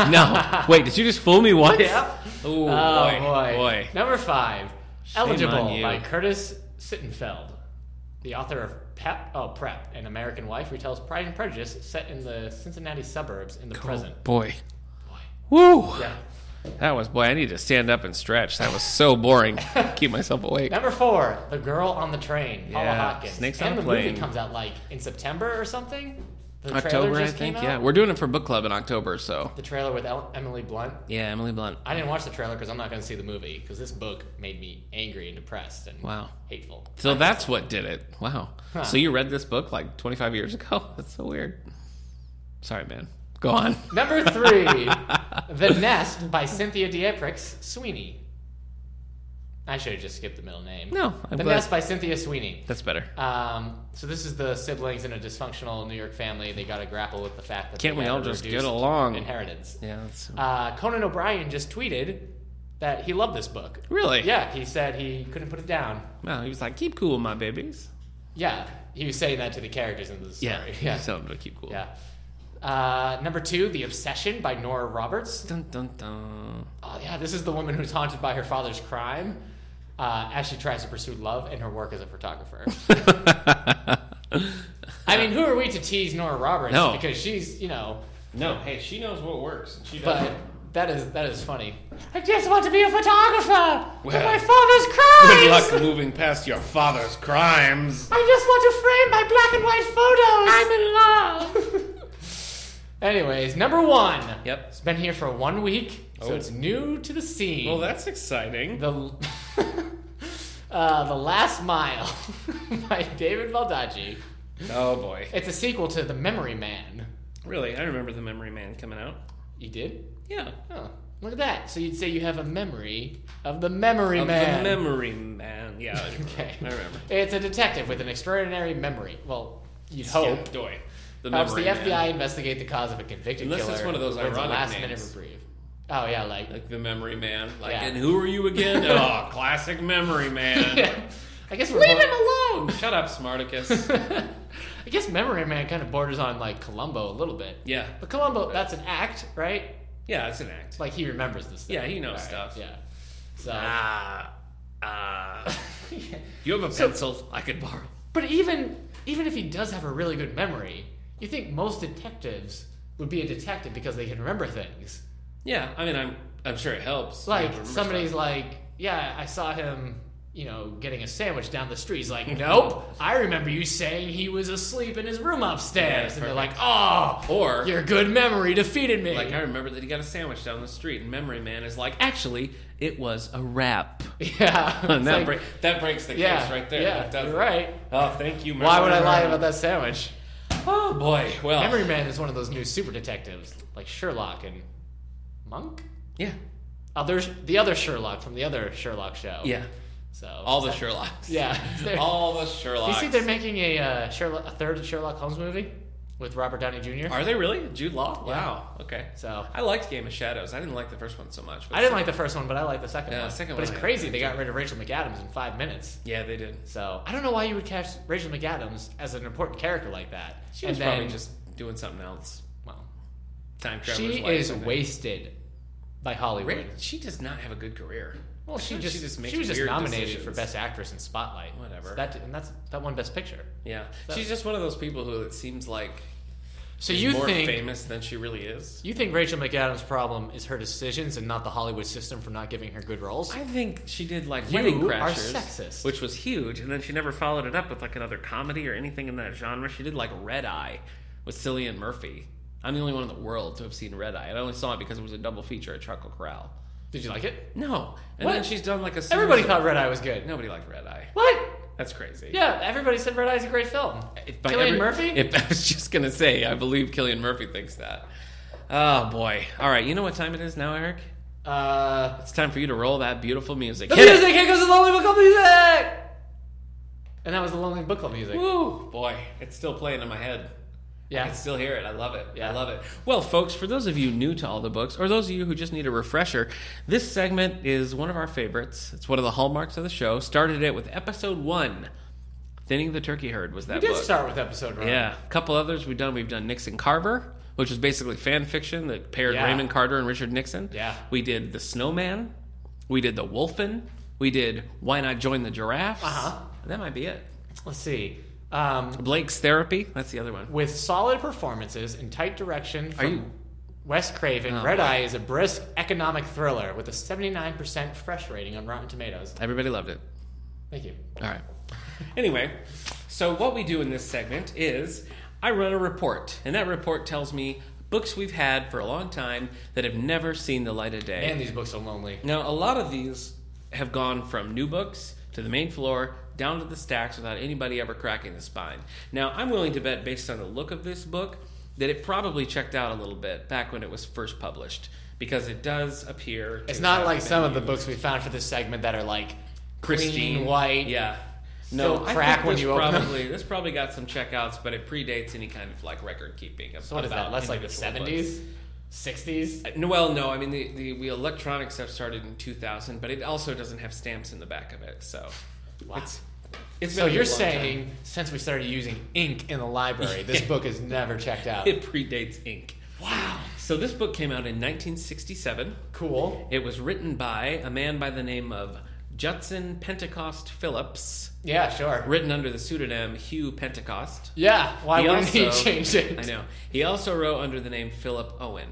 S2: No. Wait, did you just fool me once?
S1: Yep.
S2: Ooh,
S1: Oh,
S2: boy.
S1: boy.
S2: Boy.
S1: Number five,
S2: Shame on
S1: Eligible
S2: you.
S1: by Curtis Sittenfeld, the author of Pep, oh, Prep, an American wife retells Pride and Prejudice set in the Cincinnati suburbs in the present.
S2: Boy. Woo.
S1: Yeah.
S2: That was, boy, I need to stand up and stretch. That was so boring. Keep myself awake.
S1: Number four, The Girl on the Train, Paula
S2: Yeah,
S1: Hopkins.
S2: Snakes
S1: and
S2: on a
S1: the
S2: Plane.
S1: movie comes out like in September or something. The trailer
S2: October, I
S1: just
S2: think.
S1: came
S2: Yeah,
S1: out.
S2: we're doing it for book club in October, so.
S1: the trailer with El- Emily Blunt.
S2: Yeah, Emily Blunt.
S1: I didn't watch the trailer because I'm not going to see the movie because this book made me angry and depressed and
S2: Wow.
S1: hateful.
S2: So that's what did it. Wow.
S1: Huh.
S2: So you read this book like 25 years ago? That's so weird. Sorry, man. Go on.
S1: Number three, The Nest by Cynthia Dieprix Sweeney. I should have just skipped the middle name.
S2: No, I'm
S1: the
S2: glad.
S1: Nest by Cynthia Sweeney.
S2: That's better.
S1: Um, so this is the siblings in a dysfunctional New York family. They got to grapple with the fact that
S2: Can't
S1: they
S2: we
S1: have
S2: all
S1: a
S2: just
S1: reduced
S2: get along?
S1: Inheritance.
S2: Yeah. That's,
S1: Uh, Conan O'Brien just tweeted that he loved this book.
S2: really?
S1: Yeah, he said he couldn't put it down.
S2: Wow. He was like, keep cool, my babies.
S1: Yeah, he was saying that to the characters in the story.
S2: Yeah. Tell them to keep cool.
S1: Yeah. Uh, number two, The Obsession by Nora Roberts.
S2: Dun, dun, dun.
S1: Oh, yeah, this is the woman who's haunted by her father's crime uh, as she tries to pursue love in her work as a photographer. I mean, who are we to tease Nora Roberts?
S2: No.
S1: Because she's, you know,
S2: no, hey, she knows what works. She
S1: but that is that is funny. I just want to be a photographer.
S3: With
S2: Well.
S3: my father's crimes!
S2: Good luck moving past your father's crimes.
S1: I just want to frame my black and white photos. I'm in love. Anyways, number one.
S2: Yep.
S1: It's been here for one week, so
S2: Oh.
S1: it's new to the scene.
S2: Well, that's exciting.
S1: The uh, the Last Mile by David Baldacci.
S2: Oh boy.
S1: It's a sequel to The Memory Man.
S2: Really, I remember the Memory Man coming out.
S1: You did?
S2: Yeah.
S1: Oh, look at that. So you'd say you have a memory of the Memory
S2: Of
S1: Man.
S2: Oh, The Memory Man. Yeah. I remember.
S1: Okay.
S2: I remember.
S1: It's a detective with an extraordinary memory. Well, you'd hope.
S2: Yeah, doy. The
S1: Helps the
S2: Memory
S1: FBI
S2: Man.
S1: investigate the cause of a convicted
S2: Unless
S1: killer.
S2: it's one of those
S1: who wins a
S2: ironic
S1: last minute
S2: names.
S1: reprieve. Oh yeah, like
S2: Like the Memory Man. Like,
S1: Yeah.
S2: and who are you again? oh, classic Memory Man.
S1: I guess we're
S2: Leave
S1: both-
S2: him alone. Shut up, Smarticus.
S1: I guess Memory Man kind of borders on like Columbo a little bit.
S2: yeah.
S1: But Columbo, that's an act, right?
S2: Yeah, it's an act.
S1: Like he remembers this. Stuff.
S2: Yeah, he
S1: All
S2: knows
S1: right,
S2: stuff.
S1: Yeah. So.
S2: Ah.
S1: uh,
S2: Ah. you have a pencil I could borrow.
S1: But even even if he does have a really good memory, You think most detectives would be a detective because they can remember things.
S2: Yeah, I mean, I'm I'm sure it helps. You
S1: Like
S2: have to remember
S1: somebody's
S2: stuff.
S1: like, yeah, I saw him, you know, getting a sandwich down the street. He's like, nope, I remember you saying he was asleep in his room upstairs,
S2: Yeah,
S1: and they're like, oh,
S2: perfect. Or-
S1: your good memory defeated me.
S2: like I remember that he got a sandwich down the street, and Memory Man is like, actually, it was a wrap.
S1: yeah, It's
S2: And that
S1: like,
S2: break, that breaks the
S1: yeah,
S2: case right there.
S1: Yeah,
S2: That does
S1: you're
S2: it.
S1: right.
S2: Oh, thank you. Memory
S1: Why would I lie
S2: Man.
S1: about that sandwich?
S2: Oh boy. Well,
S1: Memory Man is one of those new super detectives, like Sherlock and Monk.
S2: yeah,
S1: Others, the other Sherlock from the other Sherlock show.
S2: yeah.
S1: So
S2: All the Sherlocks.
S1: yeah. They're-
S2: All the
S1: Do you
S2: Sherlocks.
S1: see they're making a uh, Sherlock, a third Sherlock Holmes movie with Robert Downey Jr.
S2: Are they really Jude Law? Wow. Okay.
S1: so
S2: I liked Game of Shadows. I didn't like the first one so much. But
S1: I didn't like the first one, but I like the second
S2: Yeah,
S1: one.
S2: the second
S1: but
S2: one
S1: it's
S2: I-
S1: crazy they got rid of Rachel McAdams in five minutes.
S2: Yeah, they did.
S1: So I don't know why you would cast Rachel McAdams as an important character like that.
S2: She
S1: and
S2: was
S1: then,
S2: probably just doing something else.
S1: well,
S2: Time travel.
S1: she is wasted by Hollywood.
S2: She does not have a good career.
S1: Well, she just she,
S2: makes
S1: was just
S2: weird
S1: nominated for
S2: decisions.
S1: Best Actress in Spotlight.
S2: Whatever.
S1: So that and that's that one Best Picture.
S2: Yeah,
S1: So-
S2: she's just one of those people who it seems like
S1: So
S2: is
S1: you
S2: more
S1: think
S2: famous than she really is.
S1: you think Rachel McAdams' problem is her decisions and not the Hollywood system for not giving her good roles?
S2: I think she did like
S1: You
S2: Wedding
S1: are
S2: Crashers,
S1: sexist.
S2: which was huge, and then she never followed it up with like another comedy or anything in that genre. She did like Red Eye with Cillian Murphy. I'm the only one in the world to have seen Red Eye, and I only saw it because it was a double feature at Chuckle Corral.
S1: Did you like it?
S2: No, and
S1: What?
S2: then she's done like a. series
S1: Everybody
S2: of-
S1: thought Red Eye was good.
S2: nobody liked Red Eye.
S1: What?
S2: That's crazy.
S1: Yeah, everybody said Red Eye's a great film.
S2: If by
S1: Killian
S2: every-
S1: Murphy?
S2: If I was just gonna say, I believe Killian Murphy thinks that. Oh boy! All right, you know what time it is now, Eric?
S1: uh,
S2: It's time for you to roll that beautiful music.
S1: the
S2: Hit
S1: music! Here comes the Lonely Book Club music! And that was the Lonely Book Club music.
S2: it! Woo! Boy, it's still playing in my head. I
S1: Yeah.
S2: can still hear it. I love it.
S1: Yeah.
S2: I love it. Well, folks, for those of you new to all the books, or those of you who just need a refresher, this segment is one of our favorites. It's one of the hallmarks of the show. Started it with episode one, "Thinning the Turkey Herd." Was that
S1: We did
S2: book?
S1: start with episode one.
S2: Yeah, a couple others we've done. We've done Nixon Carver, which was basically fan fiction that paired
S1: Yeah.
S2: Raymond Carter and Richard Nixon.
S1: Yeah.
S2: we did the Snowman, we did the Wolfen, we did Why Not Join the Giraffes.
S1: Uh-huh.
S2: That might be it.
S1: Let's see. Um,
S2: Blake's Therapy. That's the other one.
S1: with solid performances and tight direction from
S2: Are you-
S1: Wes Craven,
S2: Oh,
S1: Red
S2: boy.
S1: Eye is a brisk economic thriller with a 79% fresh rating on Rotten Tomatoes.
S2: Everybody loved it.
S1: Thank you.
S2: All right. Anyway, so what we do in this segment is I run a report, and that report tells me books we've had for a long time that have never seen the light of day.
S1: Man, these books are lonely.
S2: Now, a lot of these have gone from new books to the main floor down to the stacks without anybody ever cracking the spine. Now, I'm willing to bet, based on the look of this book, that it probably checked out a little bit back when it was first published because it does appear. to
S1: It's not
S2: have
S1: like
S2: been
S1: some of the
S2: used.
S1: books we found for this segment that are like
S2: Christine
S1: clean, white.
S2: Yeah.
S1: Still
S2: I
S1: crack
S2: think
S1: when
S2: this
S1: you open them.
S2: probably this probably got some checkouts, but it predates any kind of like record keeping.
S1: So what is that? Less like the seventies, sixties.
S2: Uh, No, well, no. I mean, the, the, the electronic stuff started in 2000, but it also doesn't have stamps in the back of it. So,
S1: Wow.
S2: it's, it's
S1: So
S2: been a
S1: you're
S2: long
S1: saying since we started using ink in the library, this book is never checked out.
S2: time. it predates ink.
S1: wow,
S2: So this book came out in 1967.
S1: cool.
S2: It was written by a man by the name of Judson Pentecost Phillips,
S1: Yeah, sure.
S2: written under the pseudonym Hugh Pentecost.
S1: Yeah, why
S2: He
S1: wouldn't he
S2: also-
S1: change it?
S2: I know. He also wrote under the name Philip Owen.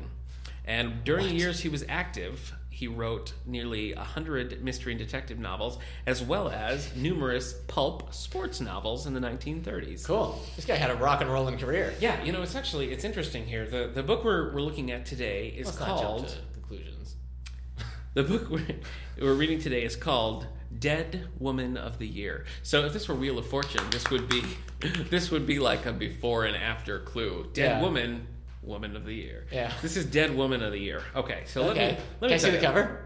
S2: And during the years he was active, he wrote nearly 100 mystery and detective novels, as well as numerous pulp sports novels in the 1930s.
S1: Cool. This guy had a rock and rolling career.
S2: Yeah, you know, it's actually, it's interesting here. The, the book we're, we're looking at today is
S1: Let's not jump
S2: called,
S1: to conclusions.
S2: the book we're, we're reading today is called Dead Woman of the Year. So if this were Wheel of Fortune, this would be, this would be like a before and after clue. Dead
S1: Yeah.
S2: Woman, Woman of the Year.
S1: Yeah.
S2: This is Dead Woman of the Year. Okay, so
S1: Okay.
S2: let me let me
S1: Can I see
S2: tell
S1: the
S2: you.
S1: cover?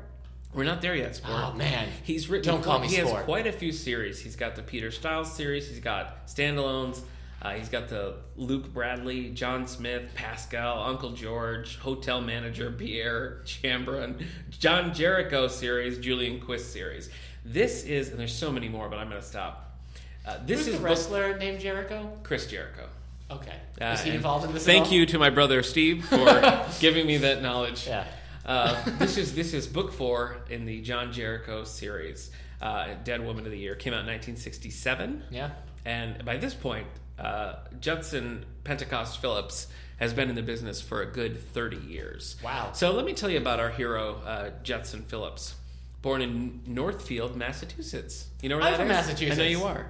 S2: We're not there yet, Sport.
S1: Oh man,
S2: He's written.
S1: Don't call me
S2: He
S1: Sport.
S2: has quite a few series. He's got the Peter Stiles series. He's got standalones. Uh, he's got the Luke Bradley, John Smith, Pascal, Uncle George, Hotel Manager Pierre Chambron, John Jericho series, Julian Quist series. This is, and there's so many more, but I'm going to stop. Uh, this
S1: Who's
S2: is
S1: the wrestler named Jericho?
S2: book- Chris Jericho.
S1: Okay,
S2: Uh,
S1: is he
S2: and
S1: involved in this? at
S2: Thank
S1: all?
S2: you to my brother Steve for giving me that knowledge.
S1: Yeah.
S2: Uh, this is this is book four in the John Jericho series. uh, Dead Woman of the Year, came out in 1967.
S1: Yeah.
S2: And by this point, uh, Judson Pentecost Phillips has been in the business for a good 30 years.
S1: Wow.
S2: So let me tell you about our hero, uh, Judson Phillips, born in Northfield, Massachusetts. You know where
S1: I'm
S2: that
S1: from
S2: is?
S1: Massachusetts.
S2: I know you are.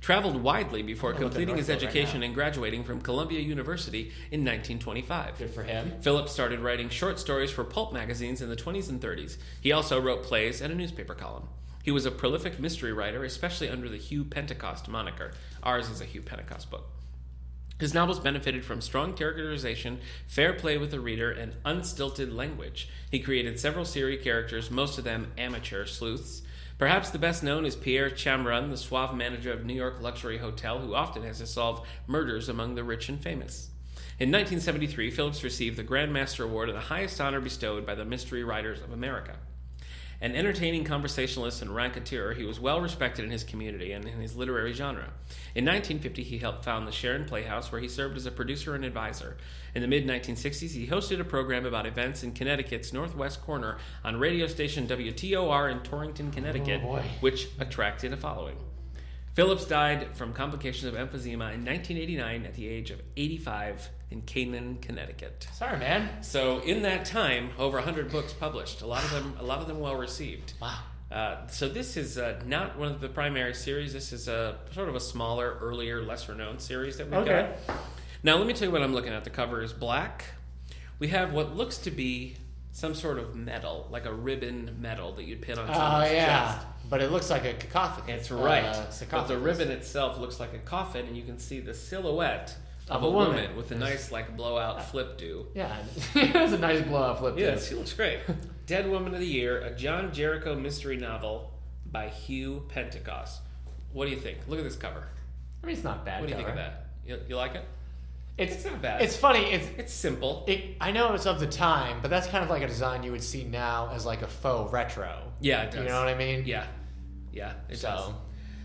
S2: Traveled widely before
S1: gonna look at
S2: completing his
S1: Northfield right
S2: education
S1: now.
S2: and graduating from Columbia University in 1925.
S1: Good for him.
S2: Phillips started writing short stories for pulp magazines in the 20s and 30s. He also wrote plays and a newspaper column. He was a prolific mystery writer, especially under the Hugh Pentecost moniker. Ours is a Hugh Pentecost book. His novels benefited from strong characterization, fair play with the reader, and unstilted language. He created several series characters, most of them amateur sleuths. Perhaps the best known is Pierre Chamron, the suave manager of New York luxury hotel who often has to solve murders among the rich and famous. In 1973, Phillips received the Grand Master Award, the highest honor bestowed by the Mystery Writers of America. An entertaining conversationalist and raconteur, he was well respected in his community and in his literary genre. In 1950, he helped found the Sharon Playhouse, where he served as a producer and advisor. In the mid 1960s, he hosted a program about events in Connecticut's northwest corner on radio station WTOR in Torrington, Connecticut,
S1: Oh, boy.
S2: which attracted a following. Phillips died from complications of emphysema in 1989 at the age of 85 in Canaan, Connecticut.
S1: Sorry, man.
S2: So in that time, over 100 books published, a lot of them a lot of them well received.
S1: Wow.
S2: Uh, so this is uh, not one of the primary series. This is a sort of a smaller, earlier, lesser known series that we've
S1: Okay.
S2: got. Now let me tell you what I'm looking at. The cover is black. We have what looks to be some sort of medal, like a ribbon medal that you'd pin on
S1: Oh
S2: someone's
S1: yeah,
S2: chest.
S1: but it looks like a cacophony.
S2: It's right.
S1: Uh,
S2: but the
S1: sarcophagus.
S2: ribbon itself looks like a coffin, and you can see the silhouette of, a, woman, with a nice like blowout flip do.
S1: Yeah, it was a nice blow up flip.
S2: Yeah, she looks great. Dead Woman of the Year, a John Jericho mystery novel by Hugh Pentecost. What do you think? Look at this cover.
S1: I mean, it's not bad.
S2: What do you think of
S1: cover.
S2: that? You, you like it?
S1: It's,
S2: It's not bad.
S1: It's funny. It's
S2: It's simple.
S1: it, I know it's of the time, but that's kind of like a design you would see now as like a faux retro.
S2: yeah, it does.
S1: You know what I mean?
S2: Yeah, yeah, it
S1: So-
S2: does.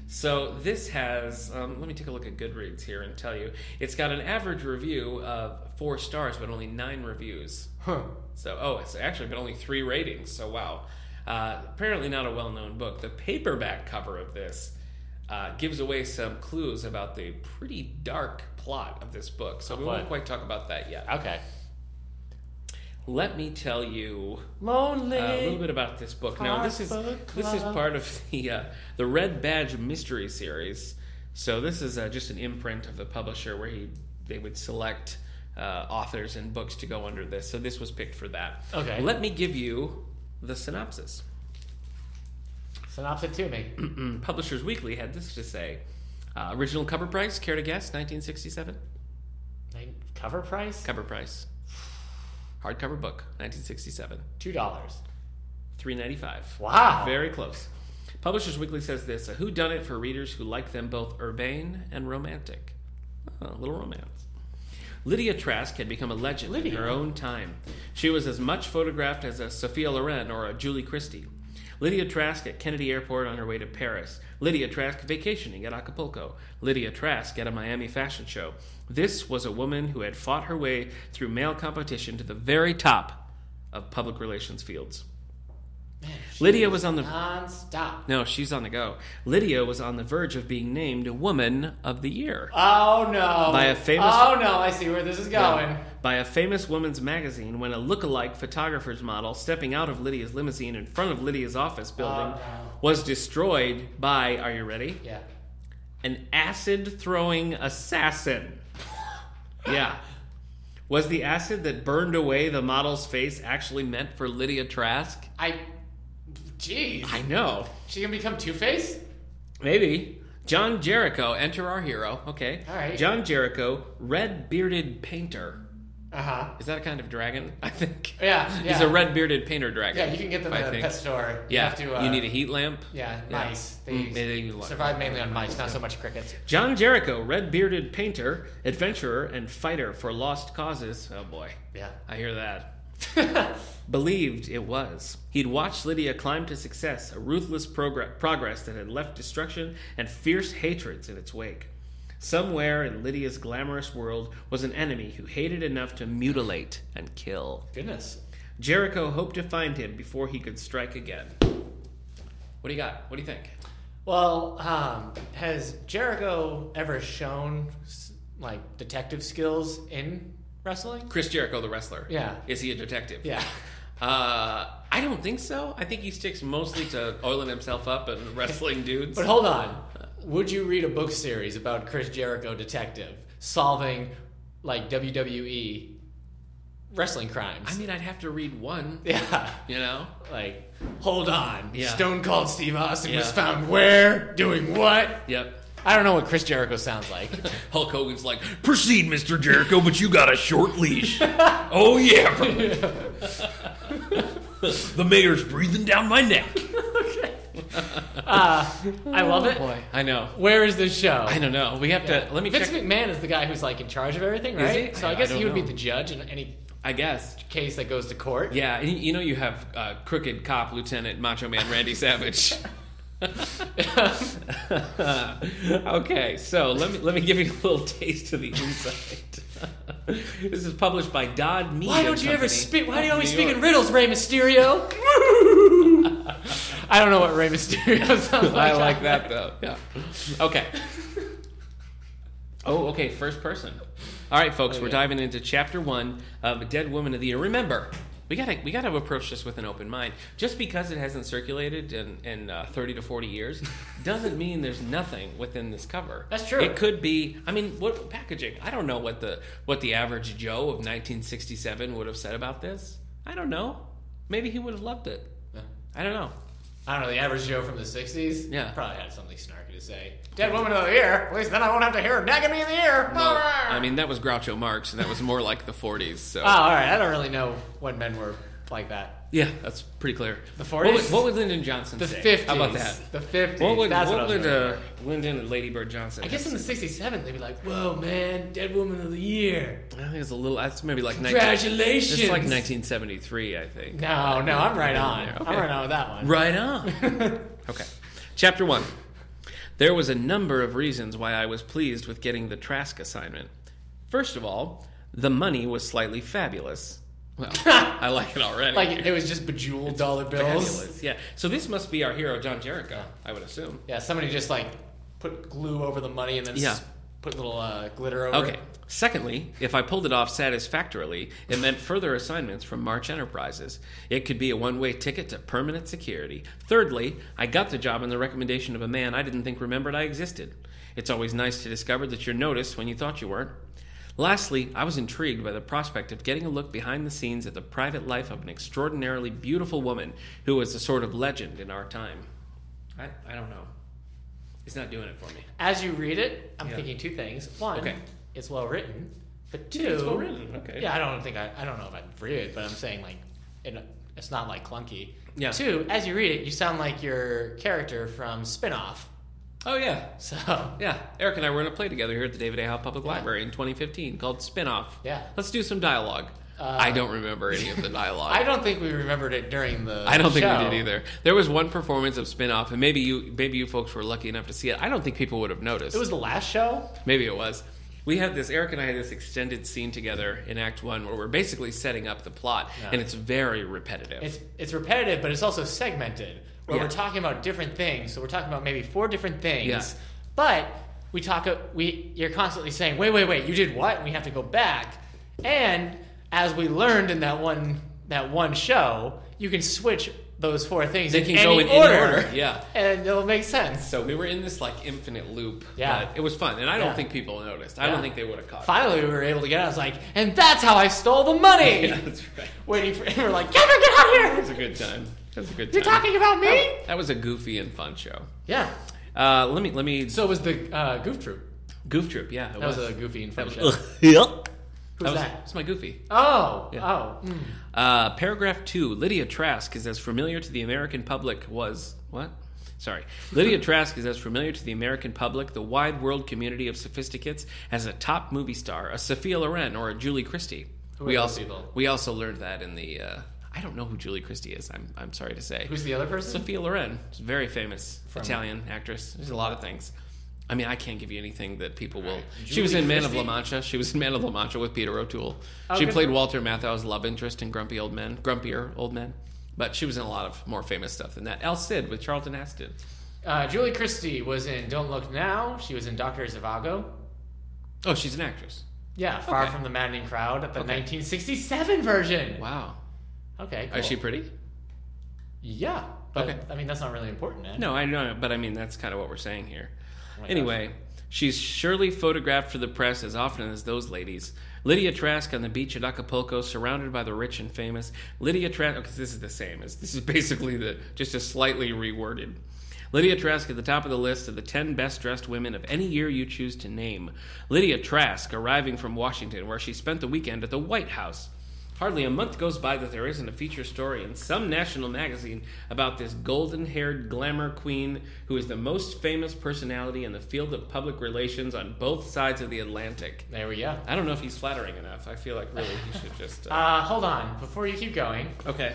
S2: So this has. Um, let me take a look at Goodreads here and tell you. It's got an average review of four stars, but only nine reviews.
S1: Huh.
S2: So, oh, it's actually been only three ratings. So, wow. Uh, apparently, not a well known book. The paperback cover of this uh, gives away some clues about the pretty dark plot of this book. So, we
S1: what?
S2: won't quite talk about that yet.
S1: Okay.
S2: Let me tell you
S1: Lonely.
S2: Uh, a little bit about this book. Now, this is
S1: Heartbug
S2: this is
S1: Club.
S2: part of the uh, the Red Badge Mystery series. So this is uh, just an imprint of the publisher where he they would select uh, authors and books to go under this. So this was picked for that.
S1: Okay.
S2: Let me give you the synopsis.
S1: Synopsis to me.
S2: Mm, Publishers Weekly had this to say. Uh, original cover price, care to guess? 1967?
S1: Like, Cover price
S2: Cover price. Hardcover book, 1967.
S1: two dollars.
S2: 395.
S1: Wow.
S2: Very close. Publishers Weekly says this: a whodunit for readers who like them both urbane and romantic. Oh, a little romance. Lydia Trask had become a legend in
S1: Lydia.
S2: her own time. She was as much photographed as a Sophia Loren or a Julie Christie. Lydia Trask at Kennedy Airport on her way to Paris. Lydia Trask vacationing at Acapulco. Lydia Trask at a Miami fashion show. This was a woman who had fought her way through male competition to the very top of public relations fields. Lydia was on the
S1: Non-stop.
S2: no, she's on the go. Lydia was on the verge of being named Woman of the Year
S1: Oh no.
S2: By a famous-
S1: Oh no, I see where this is going.
S2: by a famous woman's magazine when a look-alike photographer's model stepping out of Lydia's limousine in front of Lydia's office building
S1: Oh, no.
S2: was destroyed by, are you ready?
S1: Yeah.
S2: An acid-throwing assassin. yeah. Was the acid that burned away the model's face actually meant for Lydia Trask?
S1: I. Jeez.
S2: I know.
S1: She gonna become Two Face?
S2: Maybe. John Jericho, enter our hero. Okay.
S1: All right.
S2: John Jericho, red bearded painter.
S1: Uh huh.
S2: Is that a kind of dragon? I think.
S1: Yeah,
S2: He's
S1: yeah.
S2: a red bearded painter dragon.
S1: Yeah, you can get them
S2: I
S1: at a
S2: think.
S1: pet store.
S2: Yeah.
S1: You, have to, uh,
S2: you need a heat lamp.
S1: Yeah,
S2: Yeah.
S1: mice. They,
S2: Mm, they- they
S1: survive mainly on mice, not so much crickets.
S2: John Jericho, red bearded painter, adventurer, and fighter for lost causes. Oh boy.
S1: Yeah.
S2: I hear that. Believed it was. He'd watched Lydia climb to success, a ruthless progr- progress that had left destruction and fierce hatreds in its wake. Somewhere in Lydia's glamorous world was an enemy who hated enough to mutilate and kill.
S1: Goodness.
S2: Jericho hoped to find him before he could strike again. What What do you got? What do you think?
S1: Well, um, has Jericho ever shown s- like detective skills in wrestling?
S2: Chris Jericho, the wrestler.
S1: Yeah.
S2: Is he a detective?
S1: Yeah.
S2: Uh, I don't think so. I think he sticks mostly to oiling himself up and wrestling dudes.
S1: But hold on. Would you read a book series about Chris Jericho detective solving like WWE wrestling crimes?
S2: I mean, I'd have to read one,
S1: yeah.
S2: you know?
S1: Like, hold on.
S2: Yeah.
S1: Stone Cold Steve Austin was
S2: Yeah.
S1: found where? Doing what?
S2: Yep.
S1: I don't know what Chris Jericho sounds like.
S2: Hulk Hogan's like, proceed, Mr. Jericho, but you got a short leash. oh, yeah. the mayor's breathing down my neck.
S1: uh, I love it.
S2: Boy, I know.
S1: Where is this show?
S2: I don't know. We have to, let me
S1: Vince
S2: check.
S1: McMahon is the guy who's like in charge of everything, right?
S2: he?
S1: So I,
S2: I- I
S1: guess
S2: don't
S1: he would be
S2: know.
S1: the judge in any
S2: I guess.
S1: case that goes to court.
S2: Yeah, and you know you have uh, crooked cop Lieutenant Macho Man Randy Savage. okay, so let me let me give you a little taste of the inside. this is published by Dodd Mead.
S1: Why
S2: and
S1: don't you ever
S2: Company
S1: speak? Why do you
S2: of
S1: always
S2: New
S1: speak in
S2: York.
S1: riddles, Rey Mysterio? I don't know what Rey Mysterio sounds like.
S2: I like that though. Yeah. Okay. Oh, okay. First person. All right, folks. We're
S1: yeah.
S2: diving into chapter one of Dead Woman of the Year. Remember, we gotta we gotta approach this with an open mind. Just because it hasn't circulated in, in uh, thirty to forty years, doesn't mean there's nothing within this cover.
S1: That's true.
S2: It could be. I mean, what packaging? I don't know what the what the average Joe of 1967 would have said about this. I don't know. Maybe he would have loved it. I don't know.
S1: I don't know. The average Joe from the '60s,
S2: Yeah.
S1: probably had something snarky to say. Dead woman of the year. At least then I won't have to hear her nagging me in the ear.
S2: Well, I mean, that was Groucho Marx, and that was more like the 40s. So
S1: oh, all right. I don't really know when men were like that.
S2: yeah, that's pretty clear.
S1: The
S2: What
S1: 40s?
S2: would, what would Lyndon Johnson
S1: The
S2: say?
S1: '50s.
S2: How about that?
S1: The '50s.
S2: What would,
S1: That's what,
S2: what
S1: I was
S2: would
S1: remembering.
S2: uh, Lyndon and Lady Bird Johnson?
S1: I guess in the '67 they'd be like, "Whoa, man, dead woman of the year."
S2: I think it's a little. That's maybe like 19, It's
S1: Congratulations.
S2: like 1973, I think.
S1: No, no, I'm right on.
S2: Okay.
S1: I'm right on with that one.
S2: Right on. okay. Chapter one. There was a number of reasons why I was pleased with getting the Trask assignment. First of all, the money was slightly fabulous. Well, I like it already.
S1: Like it was just bejeweled dollar bills.
S2: Fabulous. Yeah. So this must be our hero, John Jericho. I would assume.
S1: Yeah, somebody just like put glue over the money and then
S2: Yeah.
S1: s- put little uh, glitter over.
S2: Okay.
S1: it.
S2: Secondly, if I pulled it off satisfactorily, it meant further assignments from March Enterprises. It could be a one way ticket to permanent security. Thirdly, I got the job on the recommendation of a man I didn't think remembered I existed. It's always nice to discover that you're noticed when you thought you weren't. Lastly, I was intrigued by the prospect of getting a look behind the scenes at the private life of an extraordinarily beautiful woman who was a sort of legend in our time. I, I don't know. It's not doing it for me.
S1: As you read it, I'm
S2: Yeah.
S1: thinking two things. One,
S2: Okay.
S1: it's well written, but two,
S2: It's well written. Okay.
S1: Yeah, I don't think I, I don't know if I'd read it, but I'm saying like, it, it's not like clunky.
S2: Yeah.
S1: Two, as you read it, you sound like your character from Spinoff.
S2: Oh yeah.
S1: So
S2: Yeah, Eric and I were in a play together here at the David A. Howe Public Library in 2015 called Spinoff.
S1: Yeah.
S2: Let's do some dialogue.
S1: Uh,
S2: I don't remember any of the dialogue.
S1: I don't think we remembered it during the.
S2: I don't think
S1: show.
S2: we did either. There was one performance of Spinoff, and maybe you maybe you folks were lucky enough to see it. I don't think people would have noticed.
S1: It was the last show.
S2: Maybe it was. We had this, Eric and I had this extended scene together in Act One where we're basically setting up the plot,
S1: Yeah.
S2: and it's very repetitive.
S1: It's it's repetitive, but it's also segmented. Where
S2: Yeah.
S1: we're talking about different things, so we're talking about maybe four different things.
S2: Yeah.
S1: But we talk we you're constantly saying, "Wait, wait, wait! You did what?" And we have to go back. And as we learned in that one that one show, you can switch those four things.
S2: They
S1: in
S2: can
S1: any
S2: go in any
S1: order,
S2: order, yeah.
S1: and it'll make sense.
S2: so we were in this like infinite loop.
S1: Yeah.
S2: but it was fun, and I don't
S1: Yeah.
S2: think people noticed. I
S1: Yeah.
S2: don't think they would have caught. it.
S1: Finally, we were able to get. Out. I was like, "And that's how I stole the money."
S2: Yeah, that's right.
S1: Waiting for, and we're like, "Kevin, get out here!
S2: It was a good time. That was a good time.
S3: You're talking about me?
S2: That was a goofy and fun show.
S1: Yeah.
S2: Uh, let me let me
S1: So was the uh, Goof Troop.
S2: goof trip. Yeah, it
S1: That was a goofy and fun
S2: was-
S1: show. Who's that?
S2: It's my goofy.
S1: Oh,
S2: Yeah.
S1: oh. mm.
S2: Uh, paragraph two. Lydia Trask is as familiar to the American public was what? Sorry. Lydia Trask is as familiar to the American public, the wide world community of sophisticates, as a top movie star, a Sophia Loren or a Julie Christie.
S1: Who are
S2: we
S1: those
S2: also
S1: people?
S2: we also learned that in the. Uh, I don't know who Julie Christie is. I'm I'm sorry to say.
S1: Who's the other person?
S2: Sophia Loren, she's a very famous Italian actress. There's a lot of things. I mean, I can't give you anything that people will. She was
S1: Julie
S2: in Man of La
S1: Christie?
S2: Mancha. She was in Man of La Mancha with Peter O'Toole.
S1: Oh,
S2: she
S1: good.
S2: played Walter Matthau's love interest in Grumpy Old Men, Grumpier Old Men. But she was in a lot of more famous stuff than that. El Cid with Charlton Heston.
S1: Uh, Julie Christie was in Don't Look Now. She was in Doctor Zhivago.
S2: Oh, she's an actress.
S1: Yeah, Far
S2: Okay.
S1: from the Maddening Crowd, the
S2: Okay.
S1: 1967 version.
S2: Wow.
S1: Okay, cool.
S2: Is she pretty?
S1: Yeah, but
S2: Okay.
S1: I mean that's not really important. eh?
S2: No, I know, but I mean that's kind of what we're saying here.
S1: my
S2: anyway, she's surely photographed for the press as often as those ladies. Lydia Trask on the beach at Acapulco, surrounded by the rich and famous. Lydia Trask. Okay, this is the same. It's, this is basically the just a slightly reworded. Lydia Trask at the top of the list of the 10 best dressed women of any year you choose to name. Lydia Trask arriving from Washington, where she spent the weekend at the White House. Hardly a month goes by that there isn't a feature story in some national magazine about this golden haired glamour queen who is the most famous personality in the field of public relations on both sides of the Atlantic.
S1: There we go.
S2: I don't know if he's flattering enough. I feel like really he should just. Uh...
S1: Uh, hold on, before you keep going,
S2: Okay.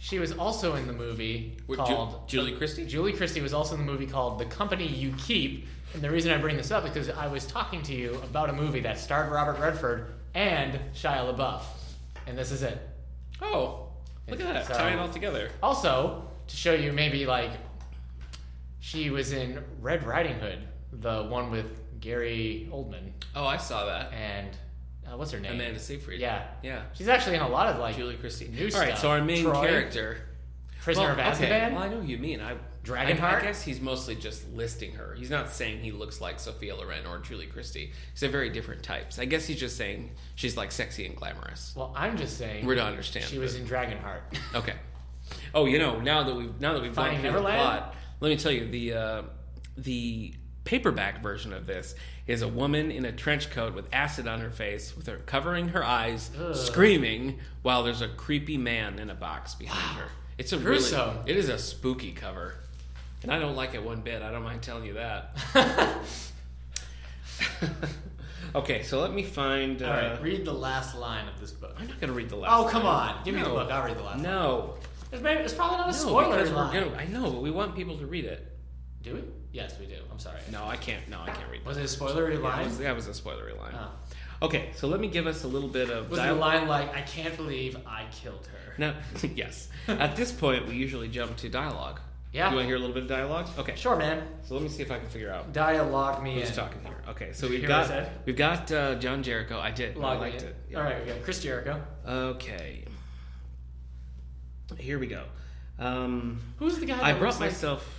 S1: she was also in the movie
S2: With Ju-
S1: called
S2: Julie Christie?
S1: Julie Christie was also in the movie called The Company You Keep. And the reason I bring this up is because I was talking to you about a movie that starred Robert Redford and Shia LaBeouf, and this is it.
S2: Oh, look at that.
S1: So-
S2: Tying it all together.
S1: Also, to show you maybe like she was in Red Riding Hood, the one with Gary Oldman
S2: Oh, I saw that.
S1: and uh, what's her name?
S2: Amanda Seyfried.
S1: Yeah.
S2: Yeah.
S1: She's actually in a lot of like
S2: Julie Christie.
S1: New
S2: All right,
S1: stuff.
S2: so our main
S1: Troy.
S2: character.
S1: Prisoner
S2: Well,
S1: of Azkaban.
S2: Okay. Well, I know who you mean. I I, I
S1: Dragonheart?
S2: guess he's mostly just listing her. He's not saying he looks like Sophia Loren or Julie Christie. Because they're very different types. I guess he's just saying she's like sexy and glamorous.
S1: Well, I'm just saying.
S2: We're to understand.
S1: She was in Dragonheart.
S2: Okay. Oh, you know, now that we've now that we've gone
S1: Finding
S2: through the
S1: Neverland?
S2: plot, let me tell you the uh, the paperback version of this is a woman in a trench coat with acid on her face, with her covering her eyes, screaming while there's a creepy man in a box behind her. It's a
S1: Gruesome.
S2: really it is a spooky cover, and I don't like it one bit. I don't mind telling you that. okay, so let me find. Uh,
S1: All right, read the last line of this book.
S2: I'm not gonna read the last.
S1: Oh, come
S2: line.
S1: on. Give me the
S2: No.
S1: book. I'll read the last line.
S2: No.
S1: There's maybe- It's probably not a
S2: No,
S1: spoiler
S2: because we're
S1: line.
S2: gonna- I know, but we want people to read it.
S1: Do we? Yes, we do. I'm sorry.
S2: No, I can't. No, I can't read.
S1: Was it a spoilery
S2: that
S1: line?
S2: was, that was a spoilery line.
S1: Oh.
S2: Okay, so let me give us a little bit of.
S1: Was it a line like, I can't believe I killed her?
S2: No, yes. At this point, we usually jump to dialogue.
S1: Yeah.
S2: You want to hear a little bit of dialogue? Okay.
S1: Sure, man.
S2: So let me see if I can figure out
S1: Dialogue me
S2: who's
S1: in.
S2: talking here. Okay, so we've
S1: hear what I
S2: got
S1: said?
S2: we've got uh, John Jericho. I did.
S1: Log
S2: I
S1: me
S2: liked
S1: in.
S2: it. Yeah.
S1: All right, we got Chris Jericho.
S2: Okay. Here we go. Um,
S1: Who's the guy that
S2: I brought
S1: looks like-
S2: myself.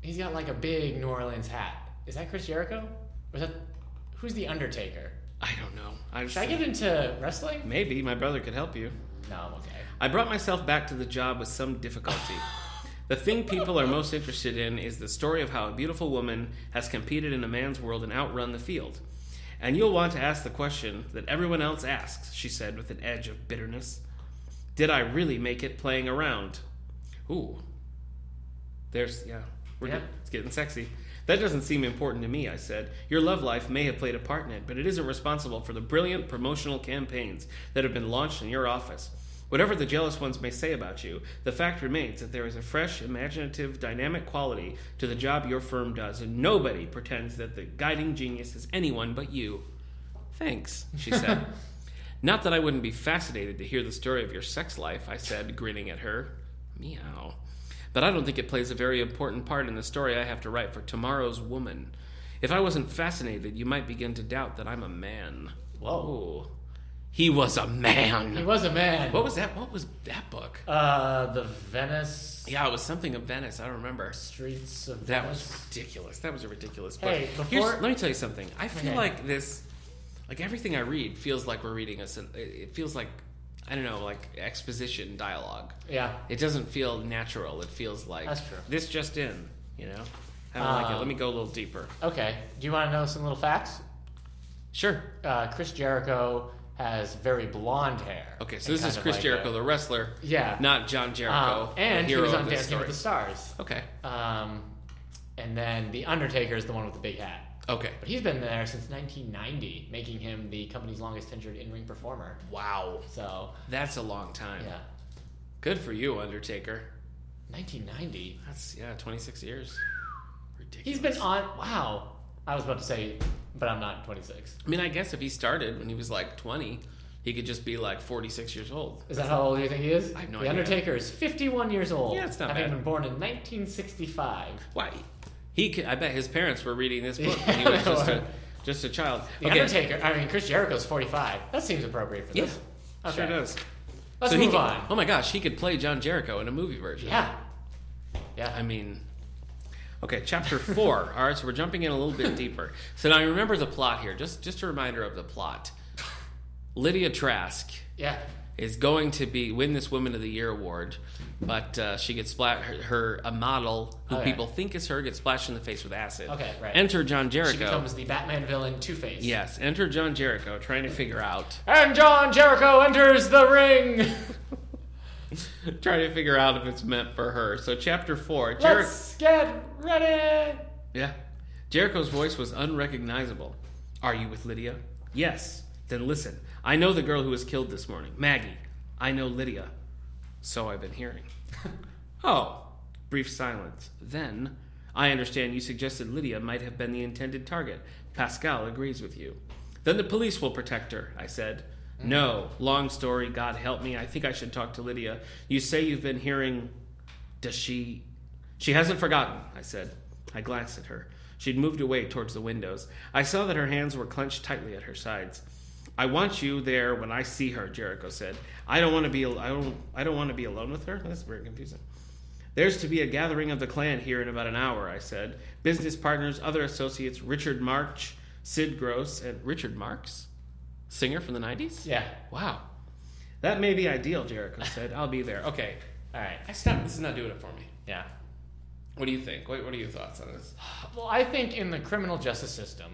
S1: He's got like a big New Orleans hat. Is that Chris Jericho? Or is that who's the Undertaker?
S2: I don't know. I just
S1: Should I get into wrestling?
S2: maybe my brother could help you.
S1: No, I'm okay.
S2: I brought myself back to the job with some difficulty. the thing people are most interested in is the story of how a beautiful woman has competed in a man's world and outrun the field. And you'll want to ask the question that everyone else asks, she said with an edge of bitterness. Did I really make it playing around? Ooh. There's, yeah. We're
S1: Yeah.
S2: It's getting sexy. That doesn't seem important to me, I said. Your love life may have played a part in it, but it isn't responsible for the brilliant promotional campaigns that have been launched in your office. Whatever the jealous ones may say about you, the fact remains that there is a fresh, imaginative, dynamic quality to the job your firm does, and nobody pretends that the guiding genius is anyone but you. Thanks, she said. Not that I wouldn't be fascinated to hear the story of your sex life, I said, grinning at her. Meow. But I don't think it plays a very important part in the story I have to write for tomorrow's woman. If I wasn't fascinated, you might begin to doubt that I'm a man.
S1: Whoa.
S2: Ooh. He was a
S1: He
S2: man.
S1: was a man.
S2: What was that? What was that book?
S1: Uh, the Venice
S2: Yeah, it was something of Venice. I don't remember.
S1: streets of
S2: That was
S1: Venice.
S2: ridiculous. That was a ridiculous book.
S1: Hey,
S2: Here's-
S1: before-
S2: let me tell you something. I feel
S1: Okay.
S2: like this, like everything I read feels like we're reading a. syn- It it feels like, I don't know, like exposition dialogue.
S1: Yeah.
S2: It doesn't feel natural. It feels like
S1: That's true.
S2: This just in, you know. I don't like it.
S1: Um,
S2: Let me go a little deeper.
S1: Okay. Do you want to know some little facts?
S2: Sure.
S1: Uh, Chris Jericho has very blonde hair.
S2: Okay, so
S1: And
S2: this
S1: kind
S2: is
S1: of
S2: Chris
S1: like
S2: Jericho,
S1: a-
S2: the wrestler.
S1: Yeah.
S2: Not John Jericho.
S1: um, and
S2: the
S1: he
S2: hero
S1: was on
S2: of this
S1: Dancing
S2: story.
S1: with the Stars.
S2: Okay.
S1: Um, and then the Undertaker is the one with the big hat.
S2: Okay.
S1: But he's been there since 1990, making him the company's longest tenured in-ring performer.
S2: Wow.
S1: So
S2: That's a long time.
S1: yeah,
S2: Good for you, Undertaker.
S1: 1990.
S2: That's yeah, 26 years. Ridiculous.
S1: He's been on. Wow. I was about to say, but I'm not 26.
S2: I mean, I guess if he started when he was like 20, He could just be like 46 years old.
S1: Is that how old you think he is? I
S2: have no
S1: the
S2: idea.
S1: Undertaker is 51 years old.
S2: Yeah, it's not
S1: having
S2: bad.
S1: been born in 1965.
S2: Why? He could, I bet his parents were reading this book when he was just a just a child.
S1: The Undertaker, I mean, Chris Jericho's 45. That seems appropriate for
S2: Yeah.
S1: this.
S2: Sure does.
S1: Let's
S2: so he
S1: move
S2: could-
S1: on.
S2: Oh my gosh, he could play John Jericho in a movie version.
S1: Yeah. Yeah.
S2: I mean, okay, chapter four. All right, so we're jumping in a little bit deeper. So now remember the plot here. Just just a reminder of the plot. Lydia Trask
S1: yeah.
S2: is going to be win this Woman of the Year award, but uh, she gets splat. Her, her a model who
S1: Okay.
S2: people think is her gets splashed in the face with acid.
S1: Okay, right.
S2: Enter John Jericho.
S1: She becomes the Batman villain Two Face.
S2: yes, enter John Jericho trying to figure out
S1: And John Jericho enters the ring.
S2: trying to figure out if it's meant for her. So chapter four, Jericho.
S1: Let's get ready.
S2: Yeah. Jericho's voice was unrecognizable. Are you with Lydia? Yes. Then listen. I know the girl who was killed this morning, Maggie. I know Lydia. So I've been hearing. oh. Brief silence. Then, I understand you suggested Lydia might have been the intended target. Pascal agrees with you. Then the police will protect her, I said. No. Long story. God help me. I think I should talk to Lydia. You say you've been hearing does she? She hasn't forgotten, I said. I glanced at her. She'd moved away towards the windows. I saw that her hands were clenched tightly at her sides. I want you there when I see her, Jericho said. I don't want to be al- I don't I don't want to be alone with her. That's very confusing. There's to be a gathering of the clan here in about an hour, I said. Business partners, other associates, Richard March, Sid Gross, and Richard Marks? Singer from the 90s?
S1: Yeah.
S2: Wow. That may be ideal, Jericho said. I'll be there. Okay.
S1: All right.
S2: I stopped. This is not doing it for me.
S1: Yeah.
S2: What do you think? What, what are your thoughts on this?
S1: Well, I think in the criminal justice system,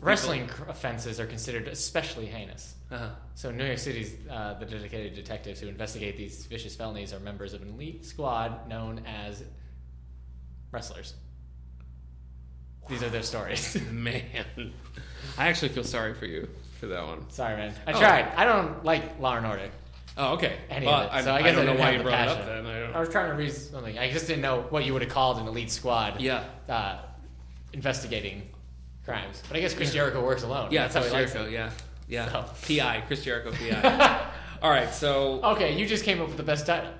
S1: wrestling cr- offenses are considered especially heinous.
S2: Uh-huh.
S1: So New York City's uh, the dedicated detectives who investigate these vicious felonies are members of an elite squad known as wrestlers. These are their stories.
S2: Man, I actually feel sorry for you for that one.
S1: Sorry, man. I
S2: Oh.
S1: tried. I don't like Law and Order.
S2: Oh, okay.
S1: Any
S2: Well,
S1: of it. So I, guess I
S2: don't
S1: didn't
S2: know why
S1: have
S2: you
S1: the
S2: brought it up
S1: passion.
S2: then. I don't.
S1: I was trying to read something. I just didn't know what you would have called an elite squad.
S2: Yeah.
S1: Uh, investigating crimes. But I guess Chris Jericho works alone.
S2: Yeah,
S1: That's how he
S2: Chris
S1: likes
S2: Jericho. Yeah, yeah.
S1: So-
S2: Pi Chris Jericho. Pi. All right. So,
S1: it. Okay, you just came up with the best title.